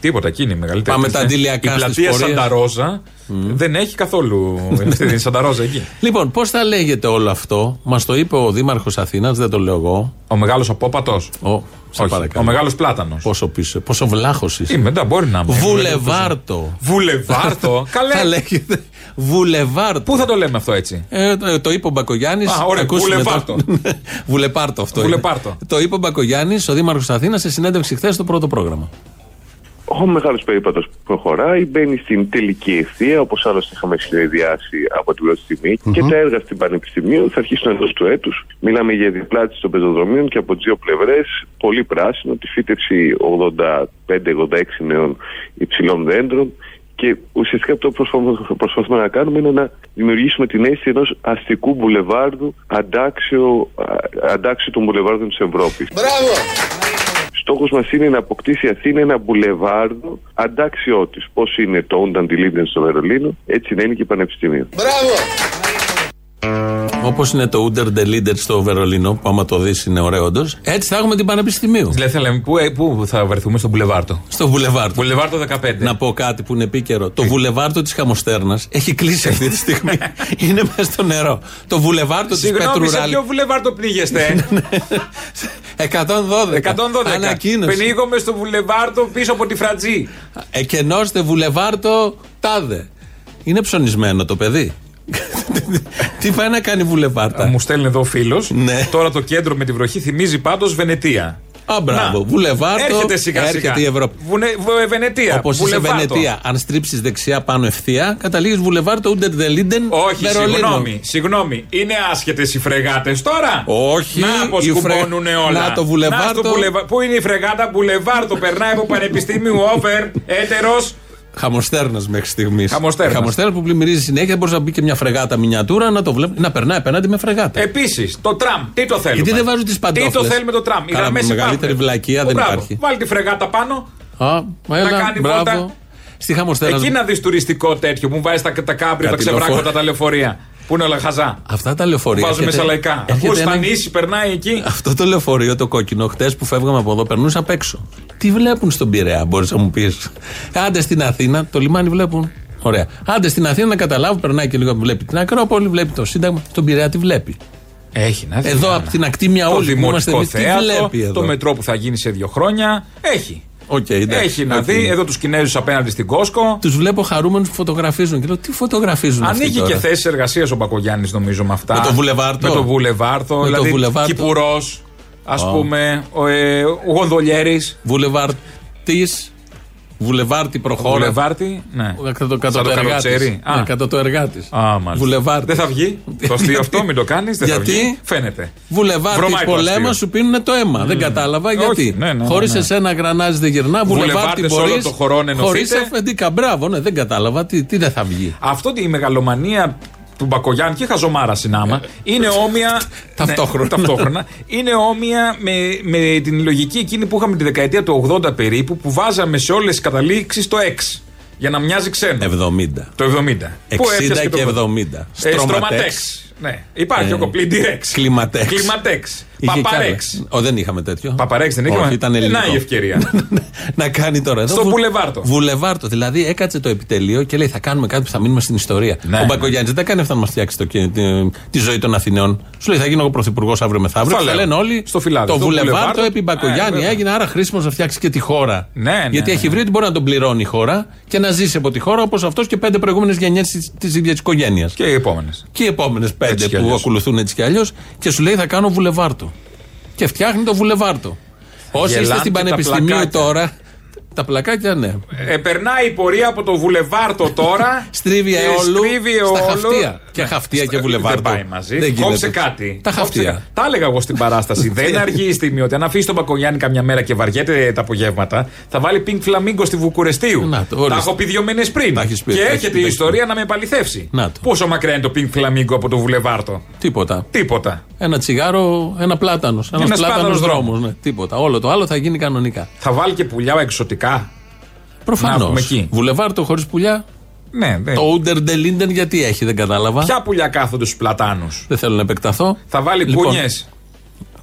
[SPEAKER 3] Τίποτα, εκείνη η μεγαλύτερη.
[SPEAKER 2] Πάμε
[SPEAKER 3] εκτίμηση.
[SPEAKER 2] τα αντιλιακά
[SPEAKER 3] Η
[SPEAKER 2] στις
[SPEAKER 3] πλατεία
[SPEAKER 2] πορείες.
[SPEAKER 3] Σαντα Ρόζα δεν έχει καθόλου. αυτή την Σαντα Ρόζα εκεί.
[SPEAKER 2] Λοιπόν, πώς θα λέγεται όλο αυτό, μας το είπε ο Δήμαρχος Αθήνας, δεν το λέω εγώ.
[SPEAKER 3] Ο μεγάλος απόπατος.
[SPEAKER 2] Ο, σε
[SPEAKER 3] Ο
[SPEAKER 2] παρακαλώ.
[SPEAKER 3] μεγάλος πλάτανος.
[SPEAKER 2] Πόσο πίσω, πόσο βλάχος είσαι.
[SPEAKER 3] Είμαι, Ε, δεν μπορεί να είμαι.
[SPEAKER 2] Βουλεβάρτο.
[SPEAKER 3] Βουλεβάρτο.
[SPEAKER 2] Θα
[SPEAKER 3] Καλέ.
[SPEAKER 2] λέγεται Βουλεβάρτο.
[SPEAKER 3] Πού θα το λέμε αυτό έτσι.
[SPEAKER 2] Ε, το, το είπε ο Μπακογιάννης.
[SPEAKER 3] Α, ωραία, βουλεπάρτο.
[SPEAKER 2] Βουλεπάρτο αυτό.
[SPEAKER 3] Βουλεπάρτο.
[SPEAKER 2] είναι. Το είπε ο Μπακογιάννης, ο Δήμαρχος Αθήνας, σε συνέντευξη χθες στο πρώτο πρόγραμμα.
[SPEAKER 8] Ο μεγάλος περίπατος προχωράει, μπαίνει στην τελική ευθεία, όπως άλλωστε είχαμε σχεδιάσει από την πρώτη στιγμη και τα έργα στην Πανεπιστημίου θα αρχίσουν εντός του έτους. Μιλάμε για διπλάτιση των πεζοδρομίων και από τις δύο πλευρές. Πολύ πράσινο, τη φύτευση 85-86 νέων υψηλών δέντρων. Και ουσιαστικά αυτό που προσπαθούμε- προσπαθούμε να κάνουμε είναι να δημιουργήσουμε την αίσθηση ενός αστικού μπουλεβάρδου αντάξιο, α, αντάξιο των μπουλεβάρδων της Ευρώπης. Στόχος μας είναι να αποκτήσει η Αθήνα ένα μπουλεβάρδο αντάξιό της. Πώς είναι το Όνταν τη Λίντεν στο Βερολίνο, έτσι να είναι και η Πανεπιστημίου.
[SPEAKER 2] Όπως είναι το Under the Leader στο Βερολίνο, που άμα το δεις είναι ωραίο όντως. Έτσι θα έχουμε την Πανεπιστημίου.
[SPEAKER 3] Δηλαδή θα λέμε πού, ε, πού θα βρεθούμε στον Μπουλεβάρτο.
[SPEAKER 2] Στο Βουλεβάρτο.
[SPEAKER 3] Μπουλεβάρτο 15.
[SPEAKER 2] Να πω κάτι που είναι επίκαιρο.
[SPEAKER 3] Ε.
[SPEAKER 2] Το βουλεβάρτο της Χαμοστέρνας έχει κλείσει αυτή τη στιγμή. είναι μέσα στο νερό. Το βουλεβάρτο της
[SPEAKER 3] Συγγνώμη, σε
[SPEAKER 2] Πετρουράλη.
[SPEAKER 3] ποιο Βουλεβάρτο πνίγεστε. ε?
[SPEAKER 2] 112.
[SPEAKER 3] 112.
[SPEAKER 2] Ανακοίνωση.
[SPEAKER 3] Πνίγομαι στο Βουλεβάρτο πίσω από τη Φρατζή.
[SPEAKER 2] Εκενώστε βουλεβάρτο τάδε. Είναι ψωνισμένο το παιδί. Τι πάει να κάνει βουλεβάρτα.
[SPEAKER 3] Μου στέλνει εδώ ο φίλος.
[SPEAKER 2] Ναι.
[SPEAKER 3] Τώρα το κέντρο με τη βροχή θυμίζει πάντως Βενετία.
[SPEAKER 2] Α, μπράβο. Βουλεβάρτο.
[SPEAKER 3] Έρχεται σιγά σιγά.
[SPEAKER 2] έρχεται η Ευρώπη.
[SPEAKER 3] Βουνε- Βο- ε, Βενετία.
[SPEAKER 2] Όπως είσαι
[SPEAKER 3] Βουλεβάρτο.
[SPEAKER 2] Βενετία, αν στρίψεις δεξιά πάνω ευθεία, καταλήγεις Βουλεβάρτο,Ούντερ Δελίντεν,
[SPEAKER 3] Όχι,
[SPEAKER 2] Βερολίνο.
[SPEAKER 3] συγγνώμη, συγγνώμη. Είναι άσχετες οι φρεγάτες τώρα.
[SPEAKER 2] Όχι,
[SPEAKER 3] Να πως
[SPEAKER 2] οι φρε-
[SPEAKER 3] κουμπώνουν όλα.
[SPEAKER 2] Να το βουλεβάρτο.
[SPEAKER 3] στο βουλεβα- Πού είναι η φρεγάτα, μπουλεβάρτο. Περνάει από πανεπιστήμιου, όφερ, έτερος.
[SPEAKER 2] Χαμοστέρνας μέχρι στιγμής.
[SPEAKER 3] Χαμοστέρνας.
[SPEAKER 2] που πλημμυρίζει συνέχεια. Μπορούσε να μπει και μια φρεγάτα μινιατούρα να το βλέπει. Να περνάει απέναντι με φρεγάτα.
[SPEAKER 3] Επίσης, το τραμ. Τι το θέλουμε.
[SPEAKER 2] Γιατί δεν βάζουν τις
[SPEAKER 3] Τι το
[SPEAKER 2] παντόφλες.
[SPEAKER 3] θέλουμε το τραμ. Οι
[SPEAKER 2] Καλά,
[SPEAKER 3] γραμμές
[SPEAKER 2] μεγαλύτερη
[SPEAKER 3] υπάρχουν.
[SPEAKER 2] βλακεία
[SPEAKER 3] Ω,
[SPEAKER 2] δεν
[SPEAKER 3] μπράβο.
[SPEAKER 2] υπάρχει.
[SPEAKER 3] Βάλει τη φρεγάτα πάνω.
[SPEAKER 2] Α, μα έλα,
[SPEAKER 3] Ε, κάνει
[SPEAKER 2] μπράβο.
[SPEAKER 3] βόλτα.
[SPEAKER 2] Στη χαμοστέρνας.
[SPEAKER 3] Εκεί να δεις τουριστικό τέτοιο. Μου βάζει τα, τα κάμπρια, τα
[SPEAKER 2] Κάτι λεωφόρα.
[SPEAKER 3] ξεβράκωτα, τα λεωφορεία. Που είναι όλα χαζά.
[SPEAKER 2] Αυτά τα λεωφορεία.
[SPEAKER 3] Βάζουμε
[SPEAKER 2] έρχεται-
[SPEAKER 3] σε λαϊκά.
[SPEAKER 2] έρχεται
[SPEAKER 3] Ακού
[SPEAKER 2] ένα-
[SPEAKER 3] τα νήσι, περνάει εκεί.
[SPEAKER 2] Αυτό το λεωφορείο το κόκκινο, χτες που φεύγαμε από εδώ, περνούσε απ' έξω. Τι βλέπουν στον Πειραιά, μπορείς να μου πεις. Άντε στην Αθήνα, το λιμάνι βλέπουν. Ωραία. Άντε στην Αθήνα να καταλάβουν, περνάει και λίγο, βλέπει την Ακρόπολη, βλέπει το Σύνταγμα. Στον Πειραιά τι βλέπει.
[SPEAKER 3] Έχει να δει.
[SPEAKER 2] Εδώ από την ακτή μια
[SPEAKER 3] Το
[SPEAKER 2] όλη που είμαστε
[SPEAKER 3] δημοτικό
[SPEAKER 2] εμείς, τι
[SPEAKER 3] θέατρο,
[SPEAKER 2] βλέπει εδώ. Ναι,
[SPEAKER 3] το μετρό που θα γίνει σε δύο χρόνια. Έχει.
[SPEAKER 2] Οκ, εντάξει,
[SPEAKER 3] Έχει να
[SPEAKER 2] οκ.
[SPEAKER 3] δει. Εδώ τους Κινέζους απέναντι στην Κόσκο.
[SPEAKER 2] Τους βλέπω χαρούμενους που φωτογραφίζουν και λέω τι φωτογραφίζουν αυτοί
[SPEAKER 3] Ανοίγει
[SPEAKER 2] τώρα.
[SPEAKER 3] και θέσεις εργασίας ο Μπακογιάννης, νομίζω, με αυτά.
[SPEAKER 2] Με το βουλεβάρτο.
[SPEAKER 3] Με το βουλεβάρτο.
[SPEAKER 2] Με το
[SPEAKER 3] δηλαδή,
[SPEAKER 2] βουλεβάρτο.
[SPEAKER 3] Κυπουρός, ας πούμε, ο, ε, ο Γονδολιέρης.
[SPEAKER 2] Βουλεβάρτης. Βουλεβάρτη προχώρα.
[SPEAKER 3] Βουλεβάρτη. Ναι.
[SPEAKER 2] Κατά το, κατά
[SPEAKER 3] Σαν
[SPEAKER 2] το εργάτη.
[SPEAKER 3] καλοτσέρι. Α,
[SPEAKER 2] Ναι, κατά το εργάτης.
[SPEAKER 3] α, μάλιστα.
[SPEAKER 2] Βουλεβάρτη.
[SPEAKER 3] Δεν θα βγει. Το αστείο αυτό, μην το κάνεις. Δεν θα
[SPEAKER 2] Γιατί?
[SPEAKER 3] βγει. Φαίνεται.
[SPEAKER 2] Βουλεβάρτη
[SPEAKER 3] Βρωμάει το
[SPEAKER 2] πολέμα
[SPEAKER 3] αστείο.
[SPEAKER 2] σου πίνουν το αίμα. Δεν κατάλαβα γιατί.
[SPEAKER 3] ναι, ναι, ναι,
[SPEAKER 2] Χωρίς
[SPEAKER 3] ναι.
[SPEAKER 2] εσένα γρανάζι δεν γυρνά. Βουλεβάρτη
[SPEAKER 3] Βουλεβάρτες
[SPEAKER 2] μπορεί.
[SPEAKER 3] όλων των χωρών ενωθείτε.
[SPEAKER 2] Χωρίς αφεντικά. Μπράβο, ναι, δεν κατάλαβα. Τι, τι δεν θα βγει.
[SPEAKER 3] Αυτό ότι η μεγαλομανία του Μπακογιάννη και χαζομάρα συνάμα είναι όμοια. ναι,
[SPEAKER 2] Ταυτόχρονα.
[SPEAKER 3] ταυτόχρονα. Είναι όμοια με, με την λογική εκείνη που είχαμε τη δεκαετία του 80 περίπου που βάζαμε σε όλες τις καταλήξεις το 6 για να μοιάζει ξένο.
[SPEAKER 2] 70.
[SPEAKER 3] Το
[SPEAKER 2] 60
[SPEAKER 3] 70. έπιασε
[SPEAKER 2] και 70.
[SPEAKER 3] το Ε,
[SPEAKER 2] Στρωματέξ.
[SPEAKER 3] στρωματέξ. Ναι. Υπάρχει
[SPEAKER 2] Ε,
[SPEAKER 3] ο Κοπλίντιρεξ.
[SPEAKER 2] Κλιματέξ.
[SPEAKER 3] Κλιματέξ.
[SPEAKER 2] Είχε κι
[SPEAKER 3] Παπαρέξ.
[SPEAKER 2] άλλα. Ω, δεν είχαμε τέτοιο.
[SPEAKER 3] Παπαρέξ δεν είχαμε. Ε,
[SPEAKER 2] Όχι, ήταν
[SPEAKER 3] Να
[SPEAKER 2] ελληνικό.
[SPEAKER 3] η ευκαιρία.
[SPEAKER 2] να κάνει τώρα. Εδώ
[SPEAKER 3] Στο
[SPEAKER 2] βου-
[SPEAKER 3] Βουλεβάρτο.
[SPEAKER 2] Βουλεβάρτο. Δηλαδή έκατσε το επιτελείο και λέει θα κάνουμε κάτι που θα μείνουμε στην ιστορία.
[SPEAKER 3] Ναι,
[SPEAKER 2] ο
[SPEAKER 3] ναι.
[SPEAKER 2] Μπακογιάννης δεν τα κάνει αυτά να μας φτιάξει το, τη, τη, τη ζωή των Αθηνών. Σου λέει θα γίνω εγώ πρωθυπουργός αύριο μεθαύριο.
[SPEAKER 3] Θα
[SPEAKER 2] Θα
[SPEAKER 3] λέω.
[SPEAKER 2] λένε όλοι
[SPEAKER 3] Στο φυλάδι,
[SPEAKER 2] Το
[SPEAKER 3] στο
[SPEAKER 2] Βουλεβάρτο
[SPEAKER 3] Βουλεβάρτο.
[SPEAKER 2] επί
[SPEAKER 3] Ε,
[SPEAKER 2] Μπακογιάννη
[SPEAKER 3] βέβαια.
[SPEAKER 2] έγινε άρα χρήσιμος να φτιάξει και τη χώρα.
[SPEAKER 3] Ναι, ναι,
[SPEAKER 2] Γιατί
[SPEAKER 3] ναι.
[SPEAKER 2] έχει βρει ότι μπορεί να τον πληρώνει η χώρα και να ζήσει από τη χώρα όπως αυτός και πέντε προηγούμενες γενιές της ίδια οικογένειας.
[SPEAKER 3] Και οι επόμενες.
[SPEAKER 2] Και οι επόμενες πέντε
[SPEAKER 3] Έτσι κι
[SPEAKER 2] που
[SPEAKER 3] αλλιώς.
[SPEAKER 2] ακολουθούν έτσι κι αλλιώς και σου λέει θα κάνω βουλεβάρτο. Και φτιάχνει το βουλεβάρτο. Όσοι είστε
[SPEAKER 3] γελάνε
[SPEAKER 2] στην
[SPEAKER 3] τα
[SPEAKER 2] Πανεπιστημίου
[SPEAKER 3] πλακάκια.
[SPEAKER 2] τώρα. Τα πλακάκια, ναι.
[SPEAKER 3] Ε, περνάει η πορεία από το βουλεβάρτο τώρα.
[SPEAKER 2] Στρίβει
[SPEAKER 3] και
[SPEAKER 2] όλου
[SPEAKER 3] στρίβει
[SPEAKER 2] στα
[SPEAKER 3] όλου.
[SPEAKER 2] χαυτία. Και χαυτία και βουλεβάρτο.
[SPEAKER 3] Δεν πάει μαζί.
[SPEAKER 2] Δεν
[SPEAKER 3] Κόψε
[SPEAKER 2] γίνεται.
[SPEAKER 3] κάτι.
[SPEAKER 2] Τα
[SPEAKER 3] Κόψε
[SPEAKER 2] χαυτία.
[SPEAKER 3] κάτι. Τα έλεγα εγώ στην παράσταση. δεν αργεί η στιγμή ότι αν αφήσει τον Μπακογιάννη καμιά μέρα και βαριέται τα απογεύματα, θα βάλει Pink Flamingo στη Βουκουρεστίου.
[SPEAKER 2] Να το, ορίστε.
[SPEAKER 3] τα έχω πει δύο μήνες πριν.
[SPEAKER 2] Τα έχεις πει,
[SPEAKER 3] και
[SPEAKER 2] τα έχεις
[SPEAKER 3] έρχεται
[SPEAKER 2] πει,
[SPEAKER 3] η
[SPEAKER 2] τα έχεις
[SPEAKER 3] ιστορία να με επαληθεύσει.
[SPEAKER 2] Να το.
[SPEAKER 3] Πόσο μακριά είναι το Pink Flamingo από το βουλεβάρτο.
[SPEAKER 2] Τίποτα.
[SPEAKER 3] Τίποτα.
[SPEAKER 2] Ένα τσιγάρο, ένα πλάτανος. Ένας
[SPEAKER 3] Ένας
[SPEAKER 2] πλάτανος
[SPEAKER 3] πλάτανος
[SPEAKER 2] δρόμος. Ναι, τίποτα. Όλο το άλλο θα γίνει κανονικά.
[SPEAKER 3] Θα βάλει και πουλιά εξωτικά. Να
[SPEAKER 2] Προφανώ.
[SPEAKER 3] έχουμε εκεί.
[SPEAKER 2] Βουλεβάρτο χωρι πουλιά.
[SPEAKER 3] Ναι, δεν.
[SPEAKER 2] ΤοΟύντερ Ντελίντεν γιατί έχει, δεν κατάλαβα.
[SPEAKER 3] Ποια πουλιά κάθονται στους πλατάνους.
[SPEAKER 2] Δεν θέλω να επεκταθώ.
[SPEAKER 3] Θα βάλει
[SPEAKER 2] Λοιπόν,
[SPEAKER 3] κούνιες.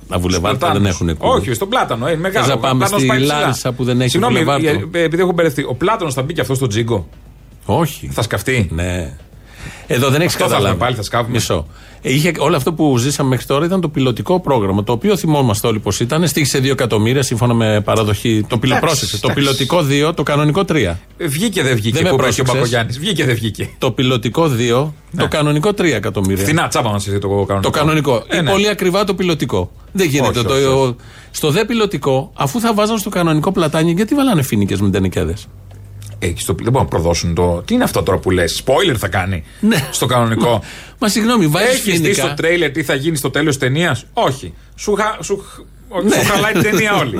[SPEAKER 2] Τα βουλεβάρτα δεν έχουν κούνιε.
[SPEAKER 3] Όχι, στον Πλάτανο. Ε, μεγάλο.
[SPEAKER 2] να
[SPEAKER 3] Ο
[SPEAKER 2] πάμε
[SPEAKER 3] Πλάτανος
[SPEAKER 2] στη
[SPEAKER 3] πάει ψηλά.
[SPEAKER 2] Λάρισα που δεν έχει
[SPEAKER 3] Συγγνώμη,
[SPEAKER 2] βουλεβάρτο.
[SPEAKER 3] ε, ε, επειδή έχω μπερδευτεί. Ο Πλάτανος θα μπει και αυτός στον τζίγκο.
[SPEAKER 2] Όχι.
[SPEAKER 3] Θα σκαφτεί.
[SPEAKER 2] Ναι. Εδώ δεν έχεις
[SPEAKER 3] Αυτό θα
[SPEAKER 2] καταλάβει.
[SPEAKER 3] έχουμε πάλι, θα σκάβουμε.
[SPEAKER 2] Μισό. Ε, Είχε, όλο αυτό που ζήσαμε μέχρι τώρα ήταν το πιλωτικό πρόγραμμα. Το οποίο θυμόμαστε όλοι πως ήταν. Στήχησε 2 εκατομμύρια σύμφωνα με παραδοχή. Το πιλο...
[SPEAKER 3] Εντάξει,
[SPEAKER 2] Πρόσεξε. Το
[SPEAKER 3] εντάξει.
[SPEAKER 2] πιλωτικό 2, το κανονικό 3.
[SPEAKER 3] Ε, Βγήκε, δεν βγήκε.
[SPEAKER 2] Δεν με
[SPEAKER 3] που είπε και ο
[SPEAKER 2] πρόσεξες.
[SPEAKER 3] Μπακογιάννη. Βγήκε, δεν βγήκε.
[SPEAKER 2] Το πιλωτικό 2,
[SPEAKER 3] Ναι.
[SPEAKER 2] το κανονικό 3 εκατομμύρια.
[SPEAKER 3] Φθηνά τσάπα μα το κανονικό.
[SPEAKER 2] Ε. Το κανονικό.
[SPEAKER 3] Ε,
[SPEAKER 2] Ή
[SPEAKER 3] ναι.
[SPEAKER 2] πολύ ακριβά το πιλωτικό. Δεν γίνεται.
[SPEAKER 3] Όχι,
[SPEAKER 2] το,
[SPEAKER 3] όχι, όχι.
[SPEAKER 2] Στο δε πιλωτικό, αφού θα βάζαν στο κανονικό πλατάνι, γιατί βάλανε φοινικέ μηντενικέδε.
[SPEAKER 3] Ε, στο- Δεν μπορούν να προδώσουν το. Τι είναι αυτό τώρα που λες. Spoiler θα κάνει.
[SPEAKER 2] Ναι.
[SPEAKER 3] Στο κανονικό.
[SPEAKER 2] Μα συγγνώμη, βάζεις
[SPEAKER 3] Έχεις δει
[SPEAKER 2] φοινικά.
[SPEAKER 3] στο τρέιλερ τι θα γίνει στο τέλος ταινίας. Όχι. Σου, χα... σου...
[SPEAKER 2] Ναι.
[SPEAKER 3] χ- σου χαλάει την ταινία όλη.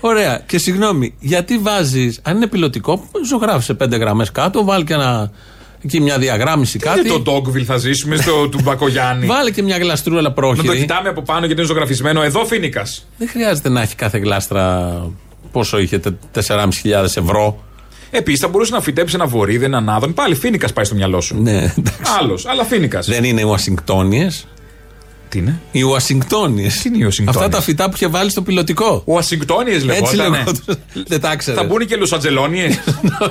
[SPEAKER 2] Ωραία. Και συγγνώμη, γιατί βάζεις, αν είναι πιλωτικό, ζωγράφησε πέντε γραμμές κάτω, βάλει και ένα, εκεί μια διαγράμμιση
[SPEAKER 3] Τι
[SPEAKER 2] κάτι.
[SPEAKER 3] Ε, το Dogville θα ζήσουμε στο του Μπακογιάννη.
[SPEAKER 2] Βάλε και μια γλαστρούλα
[SPEAKER 3] Να το
[SPEAKER 2] πρόχειρη.
[SPEAKER 3] κοιτάμε από πάνω γιατί είναι ζωγραφισμένο. Εδώ φίνικας.
[SPEAKER 2] Δεν χρειάζεται να έχει κάθε γλάστρα πόσο είχε, τε- 4.500 ευρώ.
[SPEAKER 3] Επίσης θα μπορούσε να φυτέψει ένα βορίδι, έναν άδων. Πάλι φίνικας πάει στο μυαλό σου.
[SPEAKER 2] Ναι, εντάξει.
[SPEAKER 3] Άλλος, αλλά φίνικας.
[SPEAKER 2] Δεν είναι οι Ουασιγκτόνιες.
[SPEAKER 3] Τι είναι.
[SPEAKER 2] Οι Ουασιγκτόνιες.
[SPEAKER 3] Τι είναι οι Ουασιγκτόνιες?
[SPEAKER 2] Αυτά τα φυτά που είχε βάλει στο πιλωτικό.
[SPEAKER 3] Ουασιγκτόνιες
[SPEAKER 2] Έτσι
[SPEAKER 3] λεγόταν.
[SPEAKER 2] λέγονταν. Δεν τα
[SPEAKER 3] Θα
[SPEAKER 2] ήξερε.
[SPEAKER 3] μπουν και λουσατζελόνιε.
[SPEAKER 2] Ναι,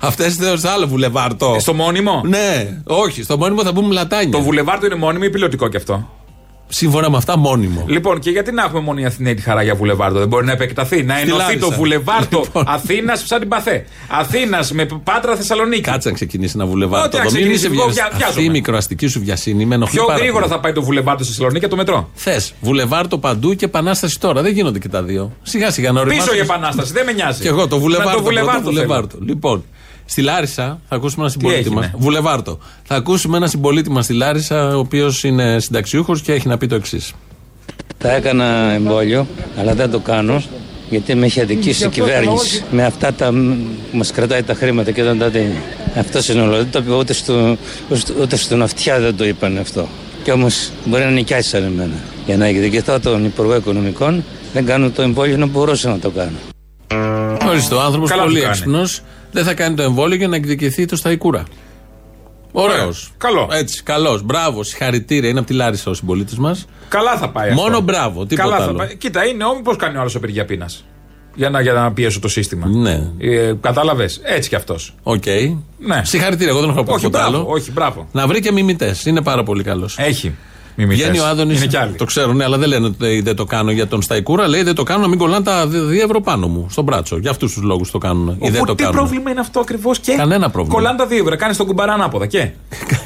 [SPEAKER 2] Αυτέ δεν άλλο βουλεβάρτο.
[SPEAKER 3] στο μόνιμο.
[SPEAKER 2] Ναι, όχι, στο μόνιμο θα μπούμε λατάνια.
[SPEAKER 3] Το βουλεβάρτο είναι μόνιμο ή πιλωτικό κι αυτό.
[SPEAKER 2] σύμφωνα με αυτά μόνιμο.
[SPEAKER 3] Λοιπόν, και γιατί να έχουμε μόνο η Αθηναίοι τη χαρά για βουλεβάρδο. Δεν μπορεί να επεκταθεί. Να ενωθεί
[SPEAKER 2] Λάρισα.
[SPEAKER 3] το βουλεβάρδο
[SPEAKER 2] Λοιπόν.
[SPEAKER 3] Αθήνας σαν την Παθέ. Αθήνας με Πάτρα Θεσσαλονίκη.
[SPEAKER 2] Κάτσε να ξεκινήσει να βουλευάρει
[SPEAKER 3] Ό,τι
[SPEAKER 2] το
[SPEAKER 3] να
[SPEAKER 2] δομή.
[SPEAKER 3] ξεκινήσει, εγώ βια-
[SPEAKER 2] Αυτή η
[SPEAKER 3] βιάζομαι.
[SPEAKER 2] μικροαστική σου βιασύνη με ενοχλεί
[SPEAKER 3] Πιο
[SPEAKER 2] πάρα
[SPEAKER 3] γρήγορα
[SPEAKER 2] πολύ.
[SPEAKER 3] θα πάει το βουλεβάρδο στη Θεσσαλονίκη από το μετρό.
[SPEAKER 2] Θε βουλεβάρτο παντού και επανάσταση τώρα. Δεν γίνονται και τα δύο. Σιγά σιγά να
[SPEAKER 3] Πίσω
[SPEAKER 2] οριμάσουμε.
[SPEAKER 3] η επανάσταση, δεν με νοιάζει.
[SPEAKER 2] Και εγώ το βουλεβάρτο.
[SPEAKER 3] Να το
[SPEAKER 2] πρώτο,
[SPEAKER 3] βουλεβάρδο θέλω.
[SPEAKER 2] βουλεβάρτο. Λοιπόν, στη Λάρισα θα ακούσουμε ένα συμπολίτη
[SPEAKER 3] έγινε?
[SPEAKER 2] μας. Βουλεβάρτο. Θα ακούσουμε ένα συμπολίτη μας στη Λάρισα, ο οποίος είναι συνταξιούχος και έχει να πει το εξής.
[SPEAKER 9] Θα έκανα εμβόλιο, αλλά δεν το κάνω γιατί με έχει αδικήσει η κυβέρνηση. Με αυτά τα μ, που μας κρατάει τα χρήματα και δεν τα δίνει. Αυτό είναι όλο. Δεν το είπε ούτε, στο, ούτε στον αυτιά δεν το είπαν αυτό. Και όμως μπορεί να νοικιάσει σαν εμένα. Για να εκδικηθώ τον Υπουργό Οικονομικών, δεν κάνω το εμβόλιο να μπορούσα να το κάνω.
[SPEAKER 2] Ορίστε, ο άνθρωπος
[SPEAKER 3] Καλά
[SPEAKER 2] πολύ
[SPEAKER 3] που κάνει.
[SPEAKER 2] έξυπνος. Δεν θα κάνει το εμβόλιο για να εκδικηθεί το Σταϊκούρα. Ωραίος.
[SPEAKER 3] Καλό.
[SPEAKER 2] Έτσι, καλός. Μπράβο, συγχαρητήρια. Είναι από τη Λάρισα ο συμπολίτης μας.
[SPEAKER 3] Καλά θα πάει.
[SPEAKER 2] Μόνο
[SPEAKER 3] Ε, αυτό.
[SPEAKER 2] μπράβο, τίποτα
[SPEAKER 3] Καλά θα
[SPEAKER 2] άλλο.
[SPEAKER 3] πάει. Κοίτα, είναι όμω πώς κάνει ο άλλος απεργία πείνα. Για να, για να πιέσω το σύστημα.
[SPEAKER 2] Ναι.
[SPEAKER 3] Ε, Κατάλαβες. Έτσι κι αυτός.
[SPEAKER 2] Οκ.
[SPEAKER 3] Ναι.
[SPEAKER 2] Συγχαρητήρια, εγώ δεν έχω να πω
[SPEAKER 3] Όχι,
[SPEAKER 2] τίποτα
[SPEAKER 3] μπράβο,
[SPEAKER 2] άλλο.
[SPEAKER 3] όχι, μπράβο.
[SPEAKER 2] Να βρει και μιμητές. Είναι πάρα πολύ καλός.
[SPEAKER 3] Έχει. Μιμητές.
[SPEAKER 2] Βγαίνει ο Άδωνης.
[SPEAKER 3] Είναι κι άλλοι.
[SPEAKER 2] Το ξέρουν, ναι, αλλά δεν λένε ότι δεν το κάνω για τον Σταϊκούρα. Λέει δεν το κάνω να μην κολλάνε τα δι- δύο ευρώ πάνω μου. Στον μπράτσο. Για αυτούς τους λόγους το κάνουν. Ή δεν
[SPEAKER 3] Οπότε
[SPEAKER 2] το
[SPEAKER 3] τι
[SPEAKER 2] κάνουν.
[SPEAKER 3] πρόβλημα είναι αυτό ακριβώς και.
[SPEAKER 2] Κανένα πρόβλημα. Ναι.
[SPEAKER 3] Κολλάνε τα δύο ευρώ, κάνεις τον κουμπαρά ανάποδα και.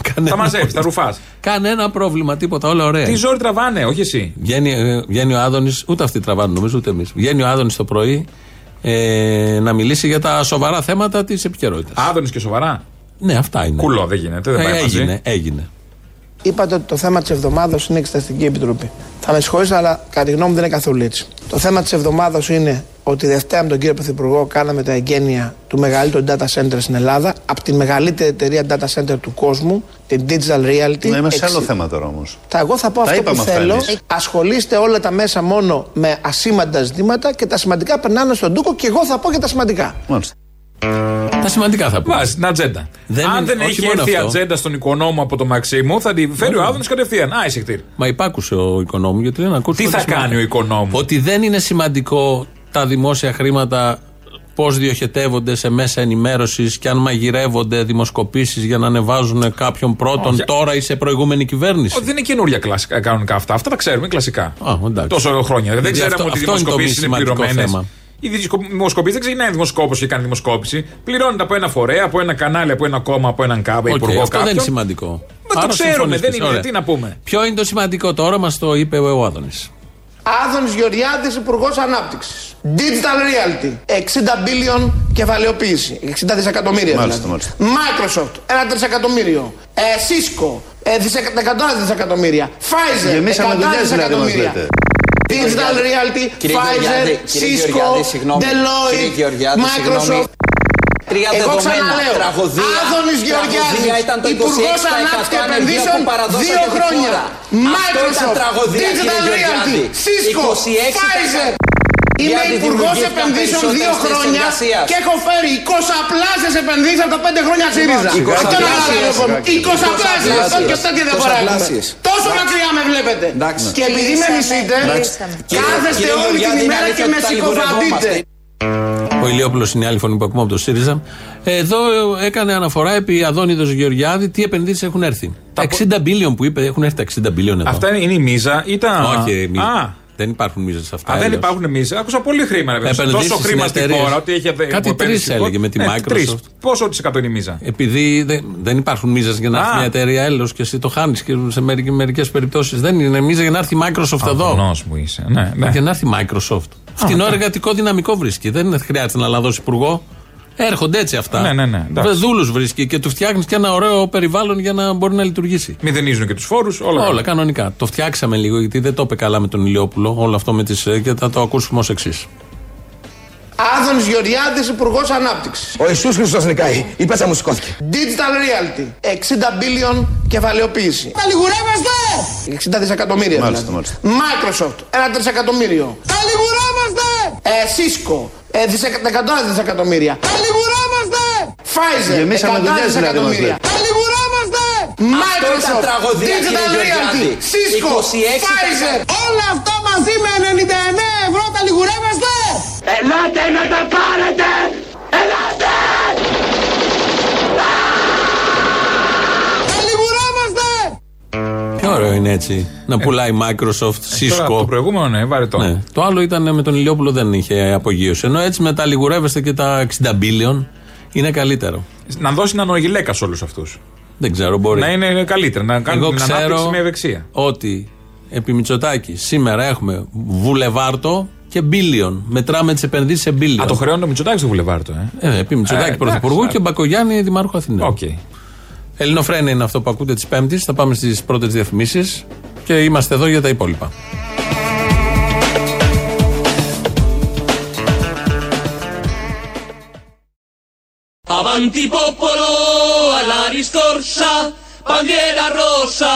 [SPEAKER 2] Κανένα
[SPEAKER 3] τα μαζεύεις, τα ρουφά.
[SPEAKER 2] Ναι. Κανένα πρόβλημα, τίποτα. Όλα ωραία.
[SPEAKER 3] Τι ζόρι τραβάνε, όχι εσύ.
[SPEAKER 2] Βγαίνει, ε, βγαίνει ο Άδωνης, ούτε αυτοί τραβάνε νομίζω, ούτε εμείς. Βγαίνει ο Άδωνης το πρωί ε, να μιλήσει για τα σοβαρά θέματα της επικαιρότητας.
[SPEAKER 3] Άδωνης και σοβαρά.
[SPEAKER 2] Ναι, αυτά είναι.
[SPEAKER 3] Κουλό, δεν γίνεται, δεν
[SPEAKER 2] Ε,
[SPEAKER 3] πάει μαζί.
[SPEAKER 2] έγινε, έγινε.
[SPEAKER 10] Είπατε ότι το θέμα της εβδομάδας είναι η Εξεταστική Επιτροπή. Θα με συγχωρήσετε, αλλά κατά τη γνώμη μου δεν είναι καθόλου έτσι. Το θέμα της εβδομάδας είναι ότι Δευτέρα με τον κύριο Πρωθυπουργό κάναμε τα εγγένεια του μεγαλύτερου data center στην Ελλάδα, από τη μεγαλύτερη εταιρεία data center του κόσμου, την Digital Realty.
[SPEAKER 11] Ναι, είμαι σε
[SPEAKER 10] Εξι-
[SPEAKER 11] άλλο θέμα τώρα όμως.
[SPEAKER 10] Θα, εγώ θα πω
[SPEAKER 11] Τα
[SPEAKER 10] αυτό που
[SPEAKER 11] είπαμε αυτά
[SPEAKER 10] θέλω.
[SPEAKER 11] εμείς.
[SPEAKER 10] Ασχολείστε όλα τα μέσα μόνο με ασήμαντα ζητήματα και τα σημαντικά περνάνε στον τούκο και εγώ θα πω για τα σημαντικά.
[SPEAKER 11] Μάλιστα.
[SPEAKER 2] Τα σημαντικά θα πούμε.
[SPEAKER 3] Βάζει την ατζέντα.
[SPEAKER 2] Δεν
[SPEAKER 3] Αν
[SPEAKER 2] είναι-
[SPEAKER 3] δεν
[SPEAKER 2] όχι
[SPEAKER 3] έχει
[SPEAKER 2] μόνο
[SPEAKER 3] έρθει η
[SPEAKER 2] αυτό. Ναι.
[SPEAKER 3] ατζέντα στον οικονόμο από το Μαξίμου, θα τη φέρει ο Άδωνης κατευθείαν. Α, εισηχτήρι.
[SPEAKER 2] Μα υπάκουσε ο οικονόμου γιατί λέει να ακούσουμε.
[SPEAKER 3] Τι
[SPEAKER 2] τα
[SPEAKER 3] θα
[SPEAKER 2] σημαντικά.
[SPEAKER 3] κάνει ο οικονόμου.
[SPEAKER 2] Ότι δεν είναι σημαντικό τα δημόσια χρήματα πώς διοχετεύονται σε μέσα ενημέρωσης και αν μαγειρεύονται δημοσκοπήσεις για να ανεβάζουν κάποιον πρώτον
[SPEAKER 3] Όχι.
[SPEAKER 2] τώρα ή σε προηγούμενη κυβέρνηση.
[SPEAKER 3] Ότι δεν είναι καινούργια κλασικά, κανονικά αυτά. Αυτά τα ξέρουμε κλασικά.
[SPEAKER 2] Α, εντάξει.
[SPEAKER 3] Τόσο χρόνια. Δεν
[SPEAKER 2] Γιατί
[SPEAKER 3] ξέραμε
[SPEAKER 2] αυτό-
[SPEAKER 3] ότι οι
[SPEAKER 2] αυτό είναι το μη
[SPEAKER 3] δημοσκοπήσεις είναι,
[SPEAKER 2] σημαντικό
[SPEAKER 3] πληρωμένες.
[SPEAKER 2] θέμα.
[SPEAKER 3] Οι δημοσκοπήσει δεν ξεκινάει δημοσκόπος και κάνει δημοσκόπηση. Πληρώνεται από ένα φορέα, από ένα κανάλι, από ένα κόμμα, από έναν κάμπα,
[SPEAKER 2] Οκ,
[SPEAKER 3] υπουργό
[SPEAKER 2] αυτό
[SPEAKER 3] κάποιον.
[SPEAKER 2] δεν είναι σημαντικό.
[SPEAKER 3] Μα το
[SPEAKER 2] Άρα
[SPEAKER 3] ξέρουμε,
[SPEAKER 2] συμφωνείς,
[SPEAKER 3] δεν είναι,
[SPEAKER 2] ωραία.
[SPEAKER 3] τι να πούμε.
[SPEAKER 2] Ποιο είναι το σημαντικό τώρα, μα το είπε ο Άδωνης.
[SPEAKER 10] Άδωνης Γεωργιάδης, Υπουργός Ανάπτυξης. Digital Realty. 60 billion κεφαλαιοποίηση. 60 δισεκατομμύρια
[SPEAKER 11] Μάλιστα,
[SPEAKER 10] δηλαδή. Microsoft, ένα τρισεκατομμύριο. Ε, Cisco, ε, δισεκα- 100 δισεκατομμύρια. Pfizer,
[SPEAKER 11] Γεμίσαμε
[SPEAKER 10] 100
[SPEAKER 11] δουλειές, δηλαδή, μας
[SPEAKER 10] δισεκατομμύρια.
[SPEAKER 11] λέτε.
[SPEAKER 10] Digital Realty, Pfizer, Cisco, Deloitte, Microsoft. Εγώ ξαναλέω, Άδωνης Γεωργιάδης, Υπουργός Ανάπτυξης και Επενδύσεων, δύο χρόνια. Microsoft, Digital Realty, Cisco, Pfizer. Είμαι Υπουργό Επενδύσεων δύο χρόνια και έχω φέρει 20 πλάσε επενδύσεις από τα 5 χρόνια ΣΥΡΙΖΑ. Αυτό να καταλάβω. 20 πλάσε. Αυτό και αυτά και δεν παράγουμε. Τόσο μακριά με βλέπετε. Και επειδή με μισείτε, κάθεστε όλη την ημέρα και με συκοφαντείτε.
[SPEAKER 2] Ο Ηλιόπουλος είναι η άλλη φωνή που ακούμε από το ΣΥΡΙΖΑ. Εδώ ε, έκανε αναφορά επί Αδόνιδος Γεωργιάδη τι επενδύσεις έχουν έρθει. Τα 60 billion που είπε έχουν έρθει τα 60 billion εδώ.
[SPEAKER 3] Αυτά είναι, είναι η μίζα ή τα.
[SPEAKER 2] Όχι, μη-
[SPEAKER 3] Α,
[SPEAKER 2] δεν υπάρχουν μίζες αυτά.
[SPEAKER 3] Α, δεν
[SPEAKER 2] αλλιώς.
[SPEAKER 3] υπάρχουν εμεί. Άκουσα πολύ χρήμα. ρε παιδί.
[SPEAKER 2] Επενδύσεις
[SPEAKER 3] Τόσο χρήμα
[SPEAKER 2] στην
[SPEAKER 3] στη
[SPEAKER 2] εταιρεία.
[SPEAKER 3] χώρα ότι έχει
[SPEAKER 2] Κάτι
[SPEAKER 3] που επένδυση
[SPEAKER 2] τρεις
[SPEAKER 3] στη χώρα.
[SPEAKER 2] έλεγε με τη Microsoft.
[SPEAKER 3] τρεις. Πόσο τη εκατό είναι η μίζα.
[SPEAKER 2] Επειδή δε- δεν υπάρχουν μίζες για να
[SPEAKER 3] Α.
[SPEAKER 2] έρθει μια εταιρεία έλεο και εσύ το χάνεις και σε μερικές περιπτώσεις δεν είναι μίζα για να έρθει η Microsoft εδώ.
[SPEAKER 3] Αγωνός μου είσαι. Ναι, ναι.
[SPEAKER 2] Για να έρθει η Microsoft. Φτηνό εργατικό δυναμικό βρίσκει. Δεν χρειάζεται να λαδώσει υπουργό. Έρχονται έτσι αυτά.
[SPEAKER 3] Ναι, ναι, ναι, εντάξει.
[SPEAKER 2] Δούλου βρίσκει και τους φτιάχνεις και ένα ωραίο περιβάλλον για να μπορεί να λειτουργήσει.
[SPEAKER 3] Μηδενίζουν και τους φόρους, όλα.
[SPEAKER 2] Όλα,
[SPEAKER 3] καλά.
[SPEAKER 2] κανονικά. Το φτιάξαμε λίγο γιατί δεν το είπε καλά με τον Ηλιόπουλο όλο αυτό με τις, ε, και θα το ακούσουμε ως εξής.
[SPEAKER 10] Άδωνης Γεωργιάδης, Υπουργός Ανάπτυξης.
[SPEAKER 5] Ο Ιησούς Χριστός νικάει. Η πέτσα μου σηκώθηκε.
[SPEAKER 10] Digital Realty, 60 billion κεφαλαιοποίηση.
[SPEAKER 5] Τα λιγουρεύεστε!
[SPEAKER 10] 60 δισεκατομμύρια
[SPEAKER 11] Μάλιστα,
[SPEAKER 10] δηλαδή. Microsoft, ένα τρισεκατομμύριο.
[SPEAKER 5] Τα λιγουρεύεστε!
[SPEAKER 10] Ε, Cisco, ε, δισεκα... 100 δισεκατομμύρια.
[SPEAKER 5] Τα λιγουρεύεστε!
[SPEAKER 10] Pfizer, 100
[SPEAKER 11] Γεμίσαμε δουλειές, δηλαδή, μας
[SPEAKER 10] δισεκατομμύρια.
[SPEAKER 11] λέτε.
[SPEAKER 5] Τα λιγουρεύεστε!
[SPEAKER 10] Microsoft, Digital Realty, Cisco, Pfizer.
[SPEAKER 5] Όλα αυτά μαζί με 99 ευρώ τα λιγουρεύεστε! Ελάτε να τα πάρετε! Ελάτε! Τα λιγουρεύεστε!
[SPEAKER 2] Ποιο ωραίο ωραίο είναι έτσι. Να πουλάει Microsoft,
[SPEAKER 3] Ε, Τώρα, το
[SPEAKER 2] Cisco.
[SPEAKER 3] προηγούμενο, ναι, βαρετό.
[SPEAKER 2] Ναι. Το άλλο ήταν με τον Ηλιόπουλο δεν είχε απογείωση. Ενώ έτσι μετά λιγουρεύεστε και τα 60 billion είναι καλύτερο.
[SPEAKER 3] Να δώσει έναν οργιλέκα σε όλους αυτούς.
[SPEAKER 2] Δεν ξέρω, μπορεί.
[SPEAKER 3] Να είναι καλύτερα, να κάνει
[SPEAKER 2] Εγώ
[SPEAKER 3] την
[SPEAKER 2] ξέρω
[SPEAKER 3] ανάπτυξη με ευεξία.
[SPEAKER 2] ότι επί Μητσοτάκη σήμερα έχουμε βουλεβάρτο και billion. Μετράμε τις επενδύσεις σε billion.
[SPEAKER 3] Α, το χρεώνει το Μητσοτάκη στο Βουλεβάρτο, ε.
[SPEAKER 2] Ε, επί
[SPEAKER 3] Ε,
[SPEAKER 2] Μητσοτάκη
[SPEAKER 3] εντάξει,
[SPEAKER 2] Πρωθυπουργού
[SPEAKER 3] εντάξει.
[SPEAKER 2] και Μπακογιάννη Δημάρχου Αθηνών.
[SPEAKER 3] Okay.
[SPEAKER 2] Ελληνοφρένα είναι αυτό που ακούτε της Πέμπτης. Θα πάμε στις πρώτες διαφημίσεις και είμαστε εδώ για τα υπόλοιπα.
[SPEAKER 5] Avanti popolo alla riscorsa, bandiera rossa,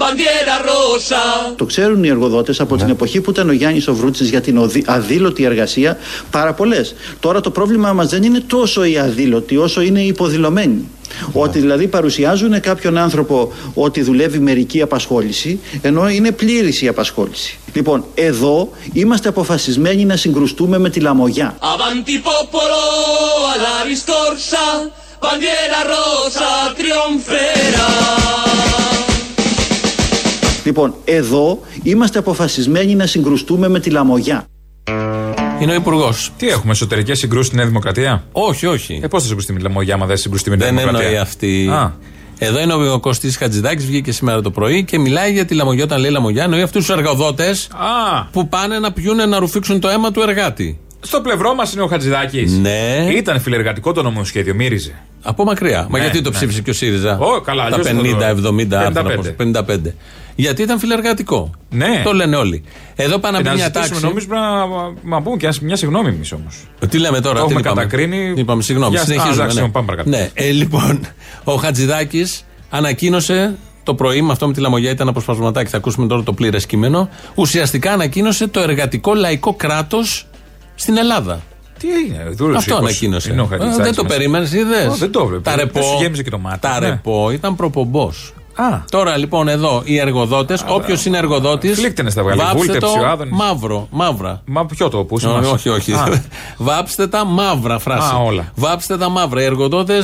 [SPEAKER 5] bandiera rossa.
[SPEAKER 12] Το ξέρουν οι εργοδότες από την εποχή που ήταν ο Γιάννης ο Βρούτσης για την οδη- αδήλωτη εργασία πάρα πολλές. Τώρα το πρόβλημά μας δεν είναι τόσο οι αδήλωτοι όσο είναι οι υποδηλωμένοι. Ότι δηλαδή παρουσιάζουν κάποιον άνθρωπο ότι δουλεύει μερική απασχόληση, ενώ είναι πλήρης η απασχόληση. Λοιπόν, εδώ είμαστε αποφασισμένοι να συγκρουστούμε με τη λαμογιά.
[SPEAKER 5] Avanti popolo alla riscorsa, bandiera rossa trionferà.
[SPEAKER 12] Λοιπόν, εδώ είμαστε αποφασισμένοι να συγκρουστούμε με τη λαμογιά.
[SPEAKER 2] Είναι ο Υπουργός.
[SPEAKER 3] Τι έχουμε, εσωτερικές συγκρούσεις στη Νέα Δημοκρατία.
[SPEAKER 2] Όχι, όχι.
[SPEAKER 3] Ε, πώ θα συγκρουστεί με τη Λαμογιά, άμα δεν συγκρουστεί με τη Νέα
[SPEAKER 2] Δεν
[SPEAKER 3] Δημοκρατία.
[SPEAKER 2] εννοεί αυτή.
[SPEAKER 3] Α.
[SPEAKER 2] Εδώ είναι ο Κωστής Χατζηδάκης, βγήκε σήμερα το πρωί και μιλάει για τη λαμογιά. Όταν λέει λαμογιά, εννοεί αυτούς τους εργοδότες
[SPEAKER 3] Α,
[SPEAKER 2] που πάνε να πιούνε να ρουφήξουν το αίμα του εργάτη.
[SPEAKER 3] στο πλευρό μας είναι ο Χατζηδάκης.
[SPEAKER 2] Ναι.
[SPEAKER 3] Ήταν φιλεργατικό το νομοσχέδιο, μύριζε.
[SPEAKER 2] Από μακριά. Μα
[SPEAKER 3] Ναι,
[SPEAKER 2] γιατί το
[SPEAKER 3] ναι.
[SPEAKER 2] ψήφισε και ο ΣΥΡΙΖΑ.
[SPEAKER 3] Ω, καλά,
[SPEAKER 2] τα
[SPEAKER 3] αλλιώς θα το
[SPEAKER 2] 50-70 άρθρα.
[SPEAKER 3] 55.
[SPEAKER 2] πόσο, 55. Γιατί ήταν φιλεργατικό.
[SPEAKER 3] Ναι.
[SPEAKER 2] Το λένε όλοι. Εδώ πάνε
[SPEAKER 3] Ε,
[SPEAKER 2] να
[SPEAKER 3] να
[SPEAKER 2] μπει μια
[SPEAKER 3] ζητήσουμε
[SPEAKER 2] τάξη.
[SPEAKER 3] νομίζουμε να, να πούμε και ας- μια συγγνώμη εμείς όμως.
[SPEAKER 2] Τι λέμε τώρα,
[SPEAKER 3] Το
[SPEAKER 2] τι
[SPEAKER 3] έχουμε
[SPEAKER 2] είπαμε.
[SPEAKER 3] κατακρίνει.
[SPEAKER 2] Τι Είπαμε, συγγνώμη,
[SPEAKER 3] Για- Α,
[SPEAKER 2] συνεχίζουμε.
[SPEAKER 3] εντάξει,
[SPEAKER 2] ναι.
[SPEAKER 3] πάμε παρακάτω.
[SPEAKER 2] Ναι, ε, λοιπόν, ο Χατζηδάκης ανακοίνωσε το πρωί, με αυτό με τη λαμογιά ήταν αποσπασματάκι, θα ακούσουμε τώρα το πλήρες κείμενο. Ουσιαστικά ανακοίνωσε το εργατικό λαϊκό κράτος στην Ελλάδα.
[SPEAKER 3] Τι έγινε, δούλεψε.
[SPEAKER 2] Αυτό
[SPEAKER 3] είκοσι.
[SPEAKER 2] ανακοίνωσε.
[SPEAKER 3] Είναι ο
[SPEAKER 2] Ε,
[SPEAKER 3] Χατζηδάκης
[SPEAKER 2] Δεν το
[SPEAKER 3] μας.
[SPEAKER 2] περίμενες, είδες.
[SPEAKER 3] Ω, δεν το έβλεπα.
[SPEAKER 2] Τα
[SPEAKER 3] Δεν
[SPEAKER 2] ρεπό,
[SPEAKER 3] σου γέμισε και το μάτι.
[SPEAKER 2] τα
[SPEAKER 3] Ναι.
[SPEAKER 2] ρεπό ήταν προπομπός.
[SPEAKER 3] Α,
[SPEAKER 2] Τώρα λοιπόν εδώ οι εργοδότες, όποιο είναι εργοδότης.
[SPEAKER 3] Φλίκτενες τα βγάλε. Βούλτεψε ο Άδωνης.
[SPEAKER 2] μαύρο, μαύρα.
[SPEAKER 3] μα ποιο το πούσι
[SPEAKER 2] Ω,
[SPEAKER 3] μας.
[SPEAKER 2] Όχι, όχι.
[SPEAKER 3] Α,
[SPEAKER 2] Βάψτε τα μαύρα φράση.
[SPEAKER 3] Α, όλα.
[SPEAKER 2] Βάψτε τα μαύρα. Οι εργοδότες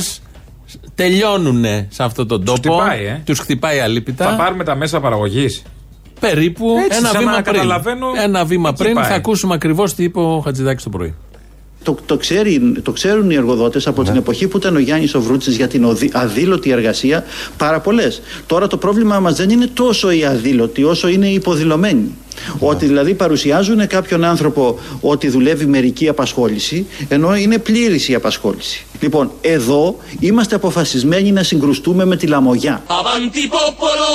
[SPEAKER 2] τελειώνουν σε αυτόν τον τόπο.
[SPEAKER 3] χτυπάει, ε.
[SPEAKER 2] Τους χτυπάει αλίπητα.
[SPEAKER 3] θα πάρουμε τα μέσα παραγωγής.
[SPEAKER 2] Περίπου
[SPEAKER 3] Έτσι,
[SPEAKER 2] ένα
[SPEAKER 3] σαν
[SPEAKER 2] βήμα
[SPEAKER 3] να
[SPEAKER 2] πριν.
[SPEAKER 3] καταλαβαίνω,
[SPEAKER 2] Ένα βήμα
[SPEAKER 3] εκεί
[SPEAKER 2] πριν
[SPEAKER 3] πάει.
[SPEAKER 2] θα ακούσουμε ακριβώς τι είπε ο Χατζηδάκης το πρωί.
[SPEAKER 12] Το, το, ξέρει, το ξέρουν οι εργοδότες από την εποχή που ήταν ο Γιάννης ο Βρούτσης για την οδη- αδήλωτη εργασία πάρα πολλές. Τώρα το πρόβλημά μας δεν είναι τόσο οι αδήλωτοι όσο είναι οι υποδηλωμένοι. Ότι δηλαδή παρουσιάζουν κάποιον άνθρωπο ότι δουλεύει μερική απασχόληση, ενώ είναι πλήρης η απασχόληση. Λοιπόν, εδώ είμαστε αποφασισμένοι να συγκρουστούμε με τη λαμογιά.
[SPEAKER 5] Avanti popolo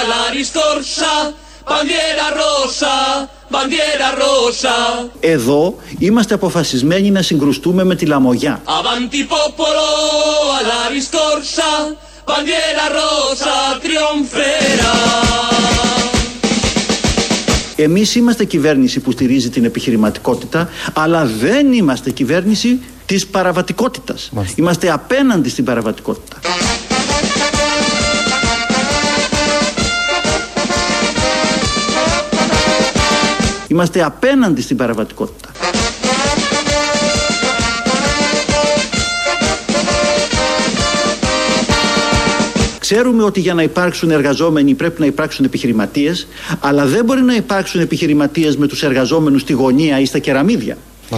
[SPEAKER 5] alla riscorsa, bandiera rossa, bandiera rossa.
[SPEAKER 12] Εδώ είμαστε αποφασισμένοι να συγκρουστούμε με τη λαμογιά.
[SPEAKER 5] Avanti popolo alla riscorsa, bandiera rossa trionferà.
[SPEAKER 12] Εμείς είμαστε κυβέρνηση που στηρίζει την επιχειρηματικότητα, αλλά δεν είμαστε κυβέρνηση της παραβατικότητας. Είμαστε απέναντι στην παραβατικότητα. Είμαστε απέναντι στην παραβατικότητα. Ξέρουμε ότι για να υπάρξουν εργαζόμενοι πρέπει να υπάρξουν επιχειρηματίες, αλλά δεν μπορεί να υπάρξουν επιχειρηματίες με τους εργαζόμενους στη γωνία ή στα κεραμίδια.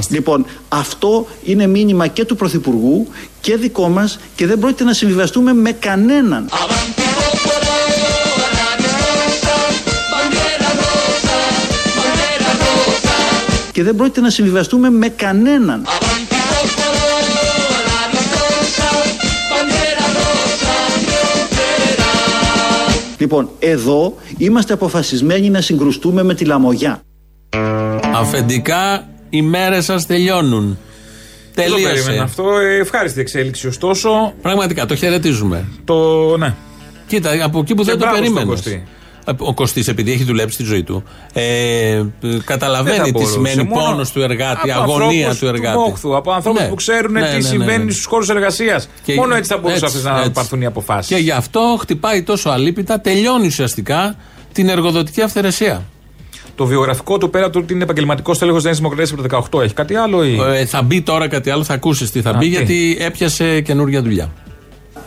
[SPEAKER 12] Λοιπόν, αυτό είναι μήνυμα και του Πρωθυπουργού και δικό μας και δεν πρόκειται να συμβιβαστούμε με κανέναν.
[SPEAKER 5] Avanti popolo alla riscorsa, bandiera rossa, bandiera rossa.
[SPEAKER 12] Και δεν πρόκειται να συμβιβαστούμε με κανέναν.
[SPEAKER 5] Avanti popolo alla riscorsa, bandiera rossa trionferà.
[SPEAKER 12] Λοιπόν, εδώ είμαστε αποφασισμένοι να συγκρουστούμε με τη λαμογιά.
[SPEAKER 2] Αφεντικά, οι μέρες σας τελειώνουν.
[SPEAKER 3] Δεν το περίμενα
[SPEAKER 2] Τελείωσε.
[SPEAKER 3] αυτό. Ε, Ευχάριστη εξέλιξη. Ωστόσο,
[SPEAKER 2] Πραγματικά, το χαιρετίζουμε.
[SPEAKER 3] το. Ναι.
[SPEAKER 2] Κοίτα, από εκεί που δεν το
[SPEAKER 3] μπράβο στον
[SPEAKER 2] περίμενες.
[SPEAKER 3] Κωστή.
[SPEAKER 2] Ο Κωστής, επειδή έχει δουλέψει τη ζωή του, ε,
[SPEAKER 3] Δεν
[SPEAKER 2] καταλαβαίνει
[SPEAKER 3] θα
[SPEAKER 2] τι
[SPEAKER 3] μπορούσε.
[SPEAKER 2] σημαίνει
[SPEAKER 3] Μόνο
[SPEAKER 2] πόνος του εργάτη,
[SPEAKER 3] από
[SPEAKER 2] αγωνία
[SPEAKER 3] ανθρώπους
[SPEAKER 2] του εργάτη.
[SPEAKER 3] μόχθου, από ανθρώπου
[SPEAKER 2] Ναι.
[SPEAKER 3] που ξέρουν
[SPEAKER 2] Ναι,
[SPEAKER 3] τι
[SPEAKER 2] ναι, ναι,
[SPEAKER 3] συμβαίνει
[SPEAKER 2] ναι.
[SPEAKER 3] στους χώρους εργασίας.
[SPEAKER 2] Και-
[SPEAKER 3] Μόνο έτσι θα μπορούσαν
[SPEAKER 2] έτσι,
[SPEAKER 3] αυτές να
[SPEAKER 2] έτσι.
[SPEAKER 3] πάρθουν οι αποφάσεις.
[SPEAKER 2] Και γι' αυτό χτυπάει τόσο αλίπητα, τελειώνει ουσιαστικά την εργοδοτική αυθαιρεσία.
[SPEAKER 3] Το βιογραφικό του πέρα του ότι είναι επαγγελματικός τέλεχο Νέας Δημοκρατίας από το 18 έχει κάτι άλλο. Ή...
[SPEAKER 2] Ε, θα μπει τώρα κάτι άλλο, θα ακούσεις τι θα
[SPEAKER 3] Α,
[SPEAKER 2] μπει,
[SPEAKER 3] τι.
[SPEAKER 2] γιατί έπιασε καινούργια δουλειά.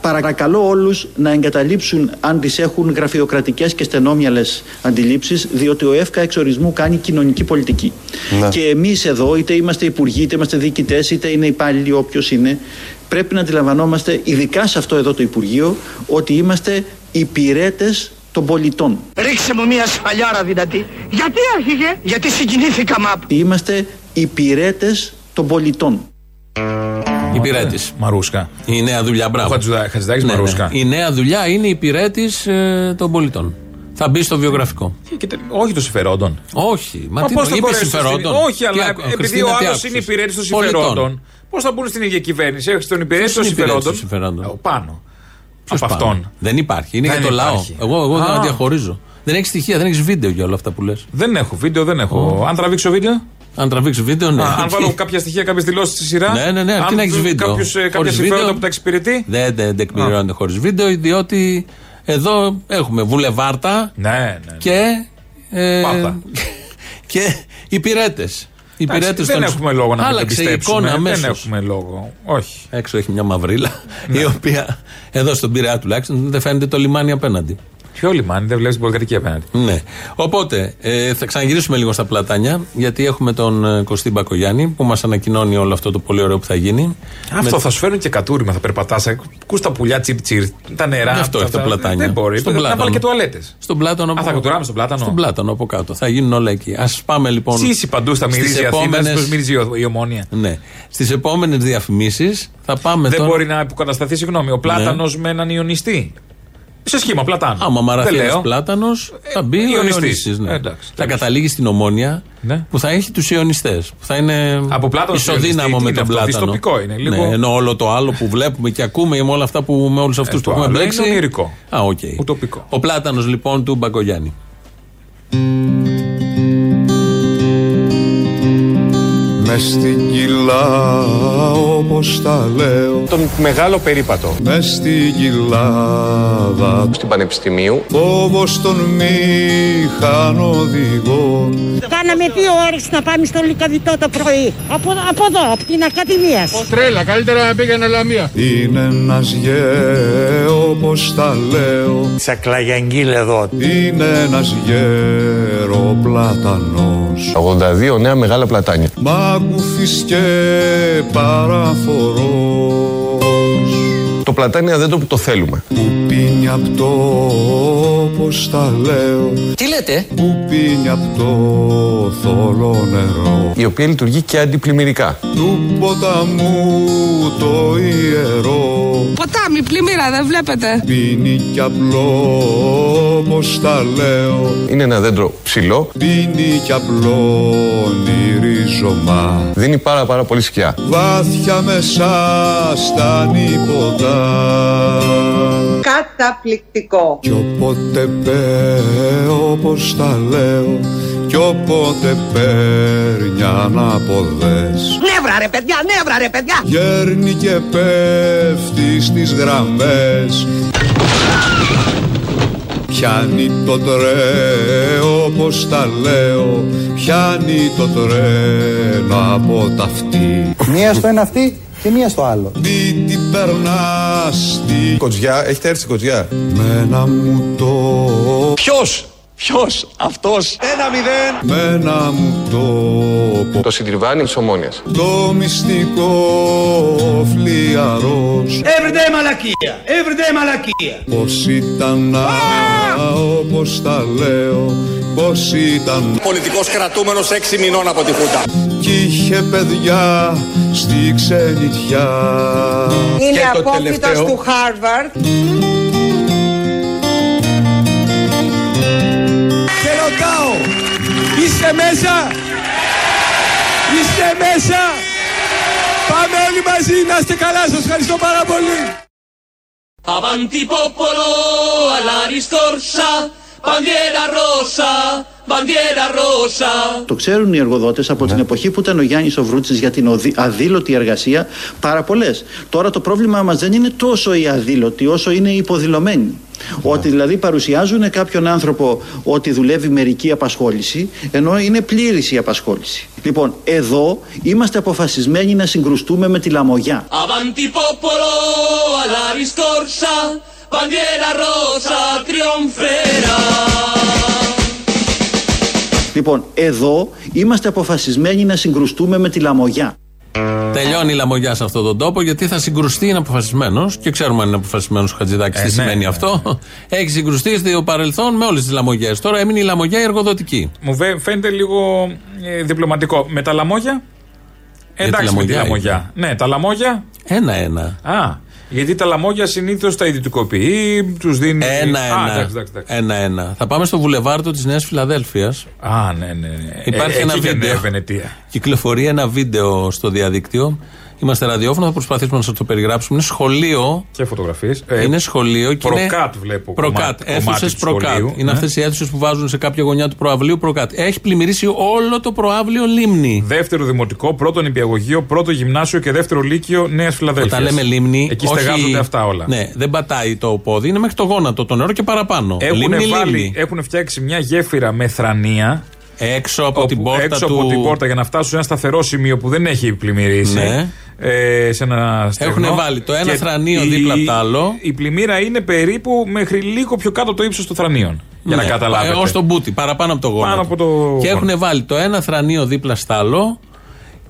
[SPEAKER 12] Παρακαλώ όλους να εγκαταλείψουν αν τις έχουν γραφειοκρατικές και στενόμυαλες αντιλήψεις διότι ο ΕΦΚΑ εξ ορισμού κάνει κοινωνική πολιτική.
[SPEAKER 11] Ναι.
[SPEAKER 12] Και εμείς εδώ είτε είμαστε υπουργοί, είτε είμαστε διοικητές, είτε είναι υπάλληλοι όποιος είναι πρέπει να αντιλαμβανόμαστε ειδικά σε αυτό εδώ το Υπουργείο ότι είμαστε υπηρέτες των πολιτών.
[SPEAKER 5] Ρίξε μου μια σφαλιάρα δυνατή. Γιατί άρχιγε, γιατί συγκινήθηκα μαπ.
[SPEAKER 12] Είμαστε υπηρέτες των πολιτών.
[SPEAKER 2] Υπηρέτη.
[SPEAKER 3] Μαρούσκα.
[SPEAKER 2] Η νέα δουλειά, μπράβο. Ναι,
[SPEAKER 3] Χατζηδάκης Μαρούσκα.
[SPEAKER 2] Η νέα δουλειά είναι υπηρέτη ε, των πολιτών. Θα μπει στο βιογραφικό.
[SPEAKER 3] Όχι των συμφερόντων.
[SPEAKER 2] Όχι. Μα,
[SPEAKER 3] Μα
[SPEAKER 2] τι
[SPEAKER 3] πώς
[SPEAKER 2] νο-
[SPEAKER 3] θα
[SPEAKER 2] είπες
[SPEAKER 3] χωρέσεις το
[SPEAKER 2] συμφερόντων.
[SPEAKER 3] στην- Όχι,
[SPEAKER 2] Τι
[SPEAKER 3] αλλά
[SPEAKER 2] άκου-
[SPEAKER 3] επειδή
[SPEAKER 2] Χριστίνα,
[SPEAKER 3] ο
[SPEAKER 2] τι
[SPEAKER 3] άλλος
[SPEAKER 2] άκουσες?
[SPEAKER 3] είναι υπηρέτης των
[SPEAKER 2] Πολιτών.
[SPEAKER 3] συμφερόντων, πώς θα μπουν στην ίδια κυβέρνηση. Έχεις τον υπηρέτη των
[SPEAKER 2] Ποιος είναι υπηρέτης των
[SPEAKER 3] συμφερόντων.
[SPEAKER 2] συμφερόντων.
[SPEAKER 3] Ε, Πάνω.
[SPEAKER 2] Ποιος
[SPEAKER 3] Από
[SPEAKER 2] πάνω?
[SPEAKER 3] αυτόν.
[SPEAKER 2] Δεν υπάρχει. Είναι
[SPEAKER 3] Δεν
[SPEAKER 2] για το λαό.
[SPEAKER 3] υπάρχει.
[SPEAKER 2] Εγώ, εγώ
[SPEAKER 3] Α.
[SPEAKER 2] δεν διαχωρίζω. Δεν έχεις στοιχεία, δεν έχεις βίντεο για όλα αυτά που λες.
[SPEAKER 3] Δεν έχω βίντεο, δεν έχω. Αν τραβήξω βίντεο.
[SPEAKER 2] Αν τραβήξει βίντεο, ναι.
[SPEAKER 3] Α, Αν βάλω κάποια στοιχεία, κάποιες δηλώσεις στη σειρά.
[SPEAKER 2] Ναι, ναι, ναι, αρκεί
[SPEAKER 3] αν
[SPEAKER 2] να έχεις
[SPEAKER 3] δουν
[SPEAKER 2] βίντεο.
[SPEAKER 3] κάποιους, ε, Κάποια
[SPEAKER 2] Χωρίς βίντεο-
[SPEAKER 3] συμφέροντα που τα εξυπηρετεί.
[SPEAKER 2] Δεν δεν τεκμηρώνεται χωρίς βίντεο, διότι εδώ έχουμε βουλεβάρτα
[SPEAKER 3] Ναι, ναι.
[SPEAKER 2] και. ε,
[SPEAKER 3] Πάρτα.
[SPEAKER 2] και υπηρέτες.
[SPEAKER 3] Εντάξει,
[SPEAKER 2] Υπηρέτες
[SPEAKER 3] δεν
[SPEAKER 2] των-
[SPEAKER 3] έχουμε λόγο να μην τα
[SPEAKER 2] Άλλαξε η
[SPEAKER 3] πιστέψουμε.
[SPEAKER 2] εικόνα αμέσως.
[SPEAKER 3] Δεν έχουμε Ναι. λόγο. Όχι.
[SPEAKER 2] Έξω έχει μια μαυρίλα, η οποία εδώ στον Πειραιά τουλάχιστον δεν φαίνεται το λιμάνι απέναντι.
[SPEAKER 3] Ποιο λιμάνι, δεν βλέπεις την πολυκατοικία απέναντι.
[SPEAKER 2] Ναι. Οπότε ε, θα ξαναγυρίσουμε λίγο στα πλατάνια, γιατί έχουμε τον ε, Κωστή Μπακογιάννη που μας ανακοινώνει όλο αυτό το πολύ ωραίο που θα γίνει.
[SPEAKER 3] Αυτό
[SPEAKER 2] Με-
[SPEAKER 3] θα σου φέρουν και κατούριμα, θα περπατάς. Ακού τα πουλιά τσιρ τσιρ, τα νερά.
[SPEAKER 2] Γι' αυτό
[SPEAKER 3] τα-
[SPEAKER 2] έχει τα πλατάνια.
[SPEAKER 3] Δεν μπορεί.
[SPEAKER 2] Στον
[SPEAKER 3] να
[SPEAKER 2] πλάτανο.
[SPEAKER 3] βάλει και τουαλέτες.
[SPEAKER 2] Στον πλάτανο
[SPEAKER 3] Α, θα κατουράμε στον πλάτανο.
[SPEAKER 2] Στον πλάτανο από κάτω. Θα γίνουν όλα εκεί. Ας πάμε λοιπόν.
[SPEAKER 3] Σύση παντού στα μυρίζει η Αθήνα,
[SPEAKER 2] επόμενες-
[SPEAKER 3] στις μυρίζει η ο- η ομόνια.
[SPEAKER 2] Ναι. Στις επόμενες διαφημίσεις θα πάμε
[SPEAKER 3] Δεν
[SPEAKER 2] τώρα.
[SPEAKER 3] μπορεί να υποκατασταθεί, συγγνώμη, ο πλάτανος με έναν ιονιστή. Σε σχήμα πλατάνο.
[SPEAKER 2] Άμα μαραθεί
[SPEAKER 3] Δεν
[SPEAKER 2] ένα
[SPEAKER 3] λέω.
[SPEAKER 2] πλάτανος, θα μπει ο
[SPEAKER 3] Ιωνιστής.
[SPEAKER 2] Ιωνιστής, ναι.
[SPEAKER 3] Ε, εντάξει,
[SPEAKER 2] θα καταλήγει στην ομόνια
[SPEAKER 3] Ναι.
[SPEAKER 2] που θα έχει τους Ιωνιστές. Που θα είναι
[SPEAKER 3] Από Πλάτανο στο
[SPEAKER 2] ισοδύναμο
[SPEAKER 3] Ιωνιστή,
[SPEAKER 2] με
[SPEAKER 3] τι
[SPEAKER 2] τον
[SPEAKER 3] είναι αυτό,
[SPEAKER 2] πλάτανο.
[SPEAKER 3] δυστοπικό είναι, λίγο.
[SPEAKER 2] Ναι, ενώ όλο το άλλο που βλέπουμε και ακούμε με όλα αυτά που με όλους αυτούς
[SPEAKER 3] Ε,
[SPEAKER 2] που
[SPEAKER 3] το
[SPEAKER 2] έχουμε
[SPEAKER 3] άλλο
[SPEAKER 2] μπλέξει.
[SPEAKER 3] είναι ονειρικό.
[SPEAKER 2] Α, οκ.
[SPEAKER 3] Ουτοπικό.
[SPEAKER 2] Ο πλάτανος λοιπόν του Μπακογιάννη.
[SPEAKER 13] Μες στην κοιλά όπως τα λέω Τον μεγάλο περίπατο Μες στην κοιλάδα Στην Πανεπιστημίου Φόβος των μηχανοδηγών
[SPEAKER 14] Κάναμε δύο ώρες να πάμε στο Λυκαδιτό το πρωί. Από, από εδώ, από την Ακαδημίας.
[SPEAKER 13] Τρέλα, καλύτερα να πήγαινε Λαμία Είναι ένας γέος όπως τα λέω Σακλαγιαγγίλ εδώ Είναι ένας γέρο πλατανός
[SPEAKER 11] 82 νέα μεγάλα πλατάνια.
[SPEAKER 13] Μ' άκουθης και παραφορός
[SPEAKER 11] Το πλατάνι είναι αδέντρο που το θέλουμε.
[SPEAKER 13] Που πίνει απ' το όπως τα λέω Τι λέτε? Που πίνει απ' το θολό νερό
[SPEAKER 11] Η οποία λειτουργεί και αντιπλημμυρικά.
[SPEAKER 13] Του ποταμού το ιερό
[SPEAKER 15] Ποτάμι, πλημμύρα, δεν βλέπετε.
[SPEAKER 13] Πίνει κι απλό όπως τα λέω
[SPEAKER 11] Είναι ένα δέντρο ψηλό.
[SPEAKER 13] Πίνει κι απλώνει ρίζωμα
[SPEAKER 11] Δίνει πάρα πάρα πολύ σκιά.
[SPEAKER 13] Βάθια μέσα στα νύποτα
[SPEAKER 16] Καταπληκτικό.
[SPEAKER 13] Κι όποτε πέω όπως τα λέω Κι όποτε παίρνει ανάποδες
[SPEAKER 5] Νεύρα ρε παιδιά, νεύρα ρε παιδιά.
[SPEAKER 13] Γέρνει και πέφτει στις γραμμές Πιάνει το τρένο όπως τα λέω Πιάνει το τρένο από τα αυτή
[SPEAKER 17] Μία στο ένα αυτή και μία στο άλλο.
[SPEAKER 13] Μη την περνάς τη Κοτζιά, έχετε έρθει κοτζιά Μένα μου το Ποιος, ποιος, αυτός Ένα μηδέν Μένα μου το
[SPEAKER 11] Το συντριβάνι της ομόνιας.
[SPEAKER 13] Το μυστικό φλιαρός
[SPEAKER 5] Everyday μαλακία, everyday μαλακία.
[SPEAKER 13] Πως ήταν να, όπως τα λέω Πως ήταν
[SPEAKER 18] Πολιτικός κρατούμενος 6 μηνών από τη Χούντα.
[SPEAKER 13] Κι είχε παιδιά στη ξενιτιά
[SPEAKER 16] Είναι απόφυτος του Χάρβαρτ.
[SPEAKER 5] Και ρωτάω, είστε μέσα, είστε μέσα. Πάμε όλοι μαζί, να είστε καλά, σας ευχαριστώ πάρα πολύ.
[SPEAKER 19] Avanti popolo alla riscorsa, bandiera rossa, bandiera rossa.
[SPEAKER 12] Το ξέρουν οι εργοδότες από την εποχή που ήταν ο Γιάννης ο Βρούτσης για την οδη- αδήλωτη εργασία πάρα πολλές. Τώρα το πρόβλημά μας δεν είναι τόσο οι αδήλωτοι όσο είναι οι υποδηλωμένοι. Ότι δηλαδή παρουσιάζουν κάποιον άνθρωπο ότι δουλεύει μερική απασχόληση, ενώ είναι πλήρης η απασχόληση. Λοιπόν, εδώ είμαστε αποφασισμένοι να συγκρουστούμε με τη λαμογιά.
[SPEAKER 19] Avanti popolo alla riscorsa, bandiera rosa trionferà.
[SPEAKER 12] Λοιπόν, εδώ είμαστε αποφασισμένοι να συγκρουστούμε με τη λαμογιά.
[SPEAKER 2] Τελειώνει η λαμογιά σε αυτόν τον τόπο γιατί θα συγκρουστεί είναι αποφασισμένος και ξέρουμε αν είναι αποφασισμένος ο Χατζηδάκης τι σημαίνει αυτό. Έχει συγκρουστεί στο παρελθόν με όλες τις λαμογιές. Τώρα έμεινε η λαμογιά η εργοδοτική.
[SPEAKER 3] Μου βέ- φαίνεται λίγο ε, διπλωματικό. Με τα λαμόγια.
[SPEAKER 2] τη
[SPEAKER 3] Εντάξει, με τη
[SPEAKER 2] λαμογιά
[SPEAKER 3] λαμογιά. Ναι, τα λαμόγια.
[SPEAKER 2] Ένα-ένα.
[SPEAKER 3] Α, γιατί τα λαμόγια συνήθως τα ιδιωτικοποιεί, τους δίνει. Ναι, Α,
[SPEAKER 2] Ένα-ένα.
[SPEAKER 3] εντάξει, εντάξει, εντάξει.
[SPEAKER 2] Ένα-ένα. Θα πάμε στο βουλεβάρδο της Νέας Φιλαδέλφιας.
[SPEAKER 3] Α, ναι, ναι. ναι.
[SPEAKER 2] Υπάρχει
[SPEAKER 3] Ε,
[SPEAKER 2] ένα
[SPEAKER 3] εκεί και
[SPEAKER 2] βίντεο.
[SPEAKER 3] ναι, Βενετία.
[SPEAKER 2] Κυκλοφορεί ένα βίντεο στο διαδίκτυο. Είμαστε ραδιόφωνο, θα προσπαθήσουμε να σας το περιγράψουμε. Είναι σχολείο.
[SPEAKER 3] Και Ε, φωτογραφίε.
[SPEAKER 2] είναι σχολείο και. είναι-
[SPEAKER 3] προκάτ βλέπω
[SPEAKER 2] Προκάτ.
[SPEAKER 3] κομμάτι- κομμάτι
[SPEAKER 2] Αίθουσες
[SPEAKER 3] του
[SPEAKER 2] προκάτ.
[SPEAKER 3] σχολείου,
[SPEAKER 2] Είναι
[SPEAKER 3] ναι.
[SPEAKER 2] αυτές οι αίθουσες που βάζουν σε κάποια γωνιά του προαυλίου προκάτ. Έχει πλημμυρίσει όλο το προαύλιο λίμνη.
[SPEAKER 3] Δεύτερο δημοτικό, πρώτο νηπιαγωγείο, πρώτο γυμνάσιο και δεύτερο λύκειο Νέας Φιλαδέλφιας.
[SPEAKER 2] Όταν λέμε λίμνη.
[SPEAKER 3] Εκεί
[SPEAKER 2] όχι-
[SPEAKER 3] στεγάζονται αυτά όλα.
[SPEAKER 2] Ναι, δεν πατάει το πόδι, είναι μέχρι το γόνατο το νερό και παραπάνω. λίμνη,
[SPEAKER 3] Έχουν, βάλει,
[SPEAKER 2] λίμνη.
[SPEAKER 3] έχουν φτιάξει μια γέφυρα με θρανία.
[SPEAKER 2] Έξω από την πόρτα
[SPEAKER 3] έξω
[SPEAKER 2] του-
[SPEAKER 3] από την πόρτα για να φτάσουν σε ένα σταθερό σημείο που δεν έχει πλημμυρίσει.
[SPEAKER 2] Ναι.
[SPEAKER 3] Ε, σε ένα στεγνό.
[SPEAKER 2] Έχουν βάλει το ένα
[SPEAKER 3] Και
[SPEAKER 2] θρανίο
[SPEAKER 3] η-
[SPEAKER 2] δίπλα απ' το άλλο.
[SPEAKER 3] Η πλημμύρα είναι περίπου μέχρι λίγο πιο κάτω από το ύψος των θρανίων. Για να
[SPEAKER 2] Ναι,
[SPEAKER 3] καταλάβετε.
[SPEAKER 2] Ως τον μπούτι, παραπάνω από το γόνατο.
[SPEAKER 3] Πάνω από το
[SPEAKER 2] Και έχουν
[SPEAKER 3] γόνατο.
[SPEAKER 2] βάλει το ένα θρανίο δίπλα στα άλλο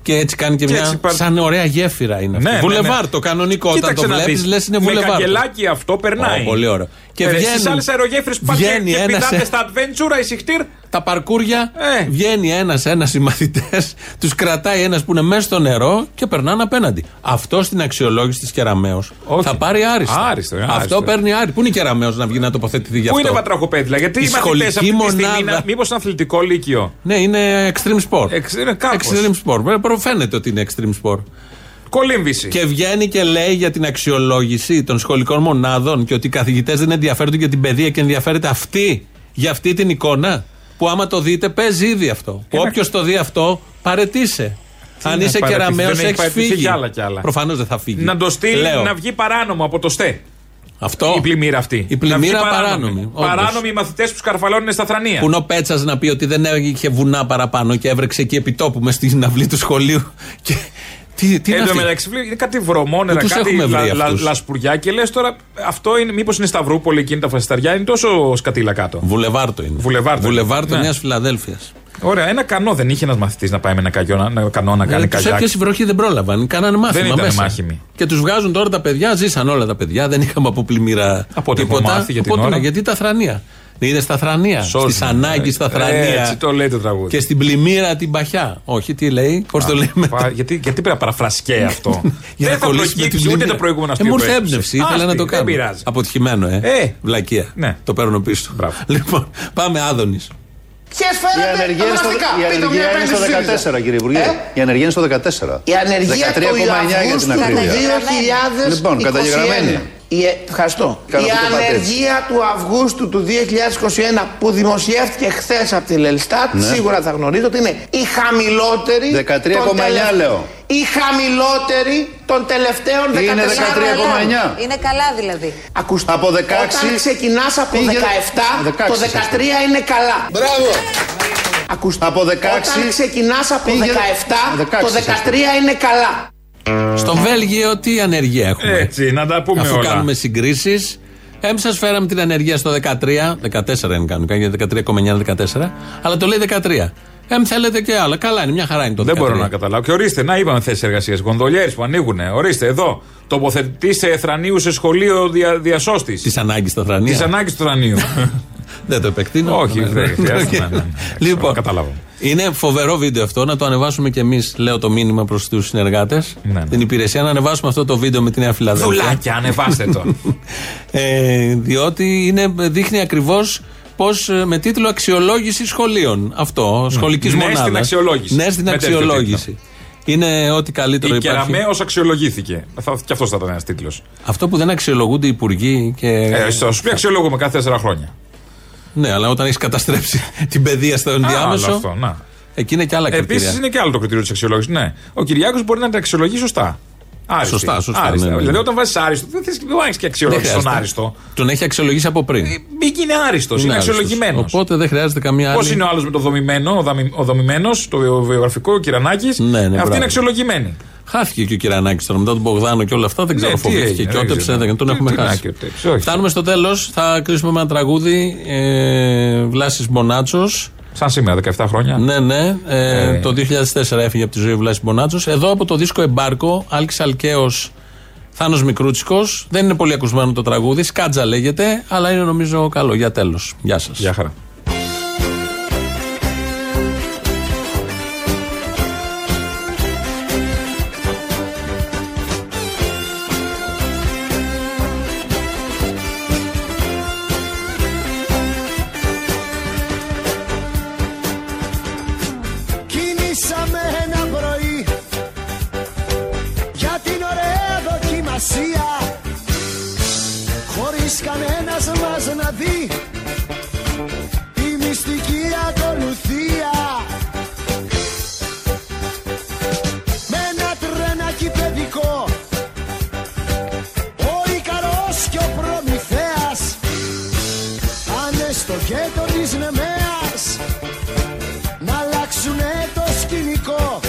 [SPEAKER 2] και έτσι κάνει και,
[SPEAKER 3] Και
[SPEAKER 2] μια.
[SPEAKER 3] έτσι υπά-
[SPEAKER 2] Σαν ωραία γέφυρα είναι αυτό.
[SPEAKER 3] Ναι, ναι,
[SPEAKER 2] βουλεβάρ
[SPEAKER 3] ναι.
[SPEAKER 2] το κανονικό.
[SPEAKER 3] Κοίταξε
[SPEAKER 2] όταν
[SPEAKER 3] να
[SPEAKER 2] το βλέπεις,
[SPEAKER 3] δεις.
[SPEAKER 2] λες είναι βουλεβάρ.
[SPEAKER 3] Με καγκελάκι αυτό περνάει.
[SPEAKER 2] Ω, πολύ ωραίο. Και
[SPEAKER 3] Και ε, βγαίνει.
[SPEAKER 2] βγαίνει-
[SPEAKER 3] Στι άλλες αερογέφυρες που πάτε
[SPEAKER 2] βγαίνει
[SPEAKER 3] και
[SPEAKER 2] ένας-
[SPEAKER 3] πηδάτες στα adventure, ησυχτήρ.
[SPEAKER 2] Τα παρκούρια
[SPEAKER 3] Ε.
[SPEAKER 2] βγαίνει ένα-ένα οι μαθητέ, τους κρατάει ένας που είναι μέσα στο νερό και περνάνε απέναντι. Αυτό στην αξιολόγηση της Κεραμαίο θα πάρει άριστο.
[SPEAKER 3] Άριστο, ε,
[SPEAKER 2] Αυτό
[SPEAKER 3] άριστο.
[SPEAKER 2] παίρνει άριστο. Πού είναι η Κεραμαίο να βγει να τοποθετηθεί γι'
[SPEAKER 3] Πού
[SPEAKER 2] αυτό.
[SPEAKER 3] είναι βατραχοπέδιλα, γιατί
[SPEAKER 2] Η
[SPEAKER 3] οι μαθητές αυτή
[SPEAKER 2] σχολική
[SPEAKER 3] τη
[SPEAKER 2] μονάδα.
[SPEAKER 3] στιγμή είναι. Μήπως είναι αθλητικό λύκειο.
[SPEAKER 2] Ναι, είναι extreme sport.
[SPEAKER 3] Εξ- είναι κάπως.
[SPEAKER 2] Extreme sport. Βέβαια, Προφαίνεται ότι είναι extreme sport.
[SPEAKER 3] Κολύμβηση.
[SPEAKER 2] Και βγαίνει και λέει για την αξιολόγηση των σχολικών μονάδων και ότι οι καθηγητές δεν ενδιαφέρονται για την παιδεία και ενδιαφέρεται αυτή για αυτή την εικόνα. Που άμα το δείτε, παίζει ήδη αυτό. Όποιος το δει αυτό, παρετήσε. Αν
[SPEAKER 3] Ε, να
[SPEAKER 2] είσαι
[SPEAKER 3] παρετήσει,
[SPEAKER 2] κεραμαίος,
[SPEAKER 3] δεν έχει
[SPEAKER 2] έχεις
[SPEAKER 3] παρετηθεί
[SPEAKER 2] φύγει.
[SPEAKER 3] κι άλλα κι άλλα.
[SPEAKER 2] Προφανώς δεν θα φύγει.
[SPEAKER 3] Να το στείλει
[SPEAKER 2] Λέω.
[SPEAKER 3] να βγει παράνομο από το ΣΤΕ.
[SPEAKER 2] Αυτό.
[SPEAKER 3] Η πλημμύρα αυτή.
[SPEAKER 2] Η πλημμύρα
[SPEAKER 3] Να βγει
[SPEAKER 2] παράνομη. όντως.
[SPEAKER 3] Παράνομοι οι μαθητές που σκαρφαλώνουν στα θρανία.
[SPEAKER 2] Που είναι ο Πέτσας να πει ότι δεν είχε βουνά παραπάνω και έβρεξε εκεί επιτόπου μες στην αυλή του σχολείου. Και... Τι, τι είναι
[SPEAKER 3] Εν τω
[SPEAKER 2] αυτή?
[SPEAKER 3] μεταξύ είναι κάτι βρωμόνερα,
[SPEAKER 2] Που τους
[SPEAKER 3] κάτι
[SPEAKER 2] έχουμε βρει
[SPEAKER 3] λα, λα,
[SPEAKER 2] αυτούς.
[SPEAKER 3] λασπουριά και λες τώρα αυτό είναι, μήπως είναι Σταυρούπολη εκείνη τα φασισταριά, είναι τόσο σκατήλα κάτω.
[SPEAKER 2] Βουλεβάρτο είναι.
[SPEAKER 3] Βουλεβάρτο.
[SPEAKER 2] Βουλεβάρτο
[SPEAKER 3] Ναι.
[SPEAKER 2] Νέα Φιλαδέλφιας.
[SPEAKER 3] Ωραία, ένα κανό δεν είχε ένας μαθητής να πάει με ένα καγιό να, κανό να κάνει
[SPEAKER 2] Τους
[SPEAKER 3] καγιάκι.
[SPEAKER 2] Ε, έπιασε η βροχή, δεν πρόλαβαν. Κάνανε μάθημα
[SPEAKER 3] Δεν ήταν
[SPEAKER 2] μέσα.
[SPEAKER 3] μάχημοι.
[SPEAKER 2] Και τους βγάζουν τώρα τα παιδιά, ζήσαν όλα τα παιδιά, δεν είχαμε από πλημμύρα
[SPEAKER 3] Από ό,τι έχουμε
[SPEAKER 2] τίποτα.
[SPEAKER 3] μάθει για την
[SPEAKER 2] Οπότε,
[SPEAKER 3] ώρα.
[SPEAKER 2] ναι, γιατί τα θρανία. Είδε στα θρανία. Στι ανάγκες στα θρανία.
[SPEAKER 3] Ε, Έτσι το λέει το τραγούδι.
[SPEAKER 2] Και στην πλημμύρα την παχιά. Όχι, τι λέει, πώς το λέμε.
[SPEAKER 3] Πα- γιατί, γιατί πρέπει να παραφρασκέ αυτό.
[SPEAKER 2] Για να
[SPEAKER 3] δεν θα
[SPEAKER 2] κολλήσουμε την
[SPEAKER 3] προκύψει ούτε
[SPEAKER 2] πλημμύρα.
[SPEAKER 3] το προηγούμενο
[SPEAKER 2] ε,
[SPEAKER 3] αστείο.
[SPEAKER 2] Μου
[SPEAKER 3] που
[SPEAKER 2] ήρθε
[SPEAKER 3] έπαιξε.
[SPEAKER 2] έμπνευση, ήθελα
[SPEAKER 3] Άστη,
[SPEAKER 2] να το
[SPEAKER 3] Δεν
[SPEAKER 2] κάνω.
[SPEAKER 3] πειράζει.
[SPEAKER 2] Αποτυχημένο, ε.
[SPEAKER 3] Ε.
[SPEAKER 2] Βλακεία. Το παίρνω πίσω. Λοιπόν, πάμε άδονη.
[SPEAKER 5] Ποιες
[SPEAKER 10] Η
[SPEAKER 5] φέρατε
[SPEAKER 10] ανεργία είναι στο,
[SPEAKER 5] αναγκαστικά.
[SPEAKER 10] η
[SPEAKER 5] Πείτε μου μια
[SPEAKER 10] ανεργία είναι στο
[SPEAKER 5] επένδυση ΣΥΡΙΖΑ. Ε?
[SPEAKER 10] 14, κύριε Υπουργέ. Η ανεργία είναι στο 14.
[SPEAKER 5] Η ανεργία
[SPEAKER 10] 13,9
[SPEAKER 5] του
[SPEAKER 10] για την
[SPEAKER 5] Αυγούστου του
[SPEAKER 10] ακρίβεια.
[SPEAKER 5] 2021.
[SPEAKER 10] Λοιπόν, καταγεγραμμένη.
[SPEAKER 5] Η, ε, ευχαριστώ. Η
[SPEAKER 10] Κάνω αυτό το
[SPEAKER 5] ανεργία του Αυγούστου του 2021 που δημοσιεύτηκε χθες από τη Λελστάτ,
[SPEAKER 10] Ναι.
[SPEAKER 5] σίγουρα θα γνωρίζετε ότι είναι η χαμηλότερη.
[SPEAKER 10] 13,9
[SPEAKER 5] των τελευ-
[SPEAKER 10] λέω.
[SPEAKER 5] Η χαμηλότερη των τελευταίων 14
[SPEAKER 10] Είναι 13,9.
[SPEAKER 20] Είναι καλά δηλαδή.
[SPEAKER 5] Ακούστε.
[SPEAKER 10] Από 16
[SPEAKER 5] Όταν ξεκινάς από
[SPEAKER 10] πήγε-
[SPEAKER 5] 17,
[SPEAKER 10] 16
[SPEAKER 5] το 13 είναι καλά. Μπράβο. Ακούστε.
[SPEAKER 10] Από 16
[SPEAKER 5] Όταν ξεκινάς από
[SPEAKER 10] πήγε-
[SPEAKER 5] 17,
[SPEAKER 10] 16
[SPEAKER 5] το 13 είναι καλά.
[SPEAKER 2] Στο Βέλγιο τι ανεργία έχουμε.
[SPEAKER 3] Έτσι, να τα πούμε
[SPEAKER 2] Αφού
[SPEAKER 3] Ε, όλα.
[SPEAKER 2] κάνουμε συγκρίσεις. Εμεί σας φέραμε την ανεργία στο 13. 14 είναι κανονικά, γιατί 13,9 14. Αλλά το λέει 13. Εμ θέλετε και άλλα. Καλά είναι, μια χαρά είναι το 13.
[SPEAKER 3] Δεν μπορώ να καταλάβω. Και ορίστε, να είπαμε θέσεις εργασίας. Γονδολιέρε που ανοίγουν. Ορίστε, εδώ. Τοποθετήστε εθρανίου σε σχολείο δια, διασώστης. Της
[SPEAKER 2] ανάγκης στα θρανία.
[SPEAKER 3] Της ανάγκης του θρανίου.
[SPEAKER 2] Δεν το επεκτείνω.
[SPEAKER 3] Όχι,
[SPEAKER 2] Ναι,
[SPEAKER 3] δεν
[SPEAKER 2] ναι,
[SPEAKER 3] χρειάζεται.
[SPEAKER 2] ναι.
[SPEAKER 3] Ναι, ναι, ναι.
[SPEAKER 2] Λοιπόν,
[SPEAKER 3] Καταλάβω.
[SPEAKER 2] είναι φοβερό βίντεο αυτό. Να το ανεβάσουμε κι εμείς, λέω το μήνυμα προς τους συνεργάτες.
[SPEAKER 3] Ναι,
[SPEAKER 2] Την υπηρεσία να ανεβάσουμε αυτό το βίντεο με τη Νέα Φιλαδέλφια.
[SPEAKER 3] Δουλάκια, ανεβάστε το.
[SPEAKER 2] Ε, διότι είναι, δείχνει ακριβώς πώς με τίτλο Αξιολόγηση σχολείων. Αυτό, σχολική
[SPEAKER 3] Ναι,
[SPEAKER 2] μονάδα.
[SPEAKER 3] στην αξιολόγηση.
[SPEAKER 2] Ναι, στην
[SPEAKER 3] Με τέτοιο
[SPEAKER 2] αξιολόγηση. Είναι ό,τι καλύτερο
[SPEAKER 3] Η
[SPEAKER 2] υπάρχει.
[SPEAKER 3] Κεραμαίο αξιολογήθηκε. Θα- Κι αυτός θα ήταν ένας τίτλος.
[SPEAKER 2] Αυτό που δεν αξιολογούνται οι υπουργοί και.
[SPEAKER 3] Ε, θα σου πει αξιολόγουμε κάθε 4 χρόνια.
[SPEAKER 2] Ναι, αλλά όταν έχεις καταστρέψει την παιδεία στο ενδιάμεσο.
[SPEAKER 3] άλλο αυτό, ναι. να.
[SPEAKER 2] Εκεί είναι και άλλα κριτήρια.
[SPEAKER 3] Επίση είναι και άλλο το κριτήριο της αξιολόγησης. Ναι. Ο Κυριάκος μπορεί να τα αξιολογεί σωστά. Άριστη.
[SPEAKER 2] Σωστά, σωστά,
[SPEAKER 3] Άριστη.
[SPEAKER 2] ναι, ναι.
[SPEAKER 3] Δηλαδή, όταν βάζεις άριστο, δεν θες δεν έχεις και αξιολόγηση
[SPEAKER 2] Δεν
[SPEAKER 3] στον
[SPEAKER 2] χρειάζεται.
[SPEAKER 3] άριστο.
[SPEAKER 2] Τον έχει αξιολογήσει από πριν.
[SPEAKER 3] Μπήκε είναι άριστο, Ε, είναι,
[SPEAKER 2] Είναι άριστος.
[SPEAKER 3] αξιολογημένος.
[SPEAKER 2] Οπότε δεν χρειάζεται καμία άλλη.
[SPEAKER 3] Πώ είναι ο άλλος με το δομημένο, ο, δαμη, ο δομημένος, το βιογραφικό, ο Κυρανάκης.
[SPEAKER 2] ναι,
[SPEAKER 3] Αυτή
[SPEAKER 2] μπράβο.
[SPEAKER 3] είναι αξιολογημένη.
[SPEAKER 2] Χάθηκε και ο Κυρανάκη τώρα μετά τον Μπογδάνο και όλα αυτά. Δεν
[SPEAKER 3] Ναι,
[SPEAKER 2] ξέρω,
[SPEAKER 3] τι
[SPEAKER 2] φοβήθηκε
[SPEAKER 3] έγινε,
[SPEAKER 2] και
[SPEAKER 3] δεν
[SPEAKER 2] ότεψε.
[SPEAKER 3] ξέρω.
[SPEAKER 2] Δεν, τον
[SPEAKER 3] Τι-
[SPEAKER 2] έχουμε
[SPEAKER 3] τι να
[SPEAKER 2] χάσει.
[SPEAKER 3] και ότεψε, όχι.
[SPEAKER 2] Φτάνουμε στο τέλος. Θα κρίσουμε με ένα τραγούδι. Ε, Βλάσης Μπονάτσος.
[SPEAKER 3] Σαν σήμερα, 17 χρόνια.
[SPEAKER 2] Ναι, ναι. Ε,
[SPEAKER 3] Ε.
[SPEAKER 2] Το 2004 έφυγε από τη ζωή ο Βλάσης Μπονάτσος. Εδώ από το δίσκο Εμπάρκο, Άλκης Αλκαίος, Θάνος Μικρούτσικος. Δεν είναι πολύ ακουσμένο το τραγούδι. Σκάτζα λέγεται, αλλά είναι νομίζω καλό. Για τέλος. Γεια σας. Γεια
[SPEAKER 3] χαρά.
[SPEAKER 5] Κίνησαμε ένα πρωί για την ωραία δοκιμασία χωρίς κανένας μας να δει τη μυστική ακολουθία με ένα τρένακι παιδικό ο Ικαρός και ο Προμηθέας πάνε στο γέτο της Νεμέας να αλλάξουνε το σκηνικό.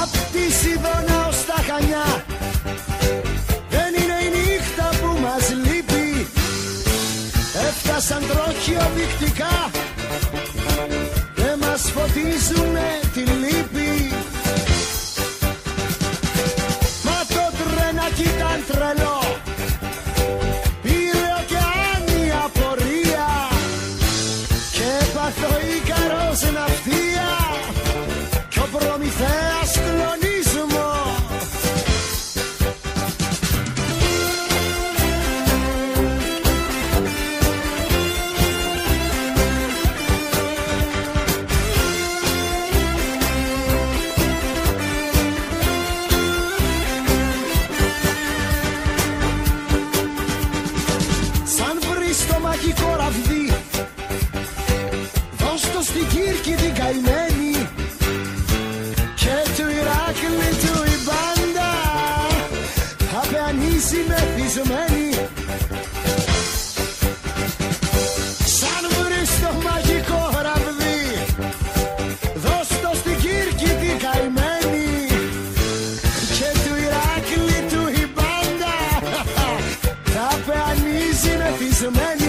[SPEAKER 5] Απ' τη Σιδώνα ως τα Χανιά δεν είναι η νύχτα που μας λείπει Έφτασαν τρόχιο δεικτικά και μας φωτίζουνε τη λύπη Μα το τρένακι ήταν τρελό Πήρε ωκεάνια πορεία και έπαθε ο Ίκαρος ναυτία κι ο Προμηθέας κλονισμό Σαν βρεις το μαγικό ραβδί Δώσ' το στην Κύρκη την καημένη Και του Ηράκλη του η μπάντα Θα πεανίσει μεθυσμένη Σαν βρεις το μαγικό ραβδί Δώσ' το στην Κύρκη την καημένη Και του Ηράκλη του η μπάντα θα πεανίζει μεθυσμένη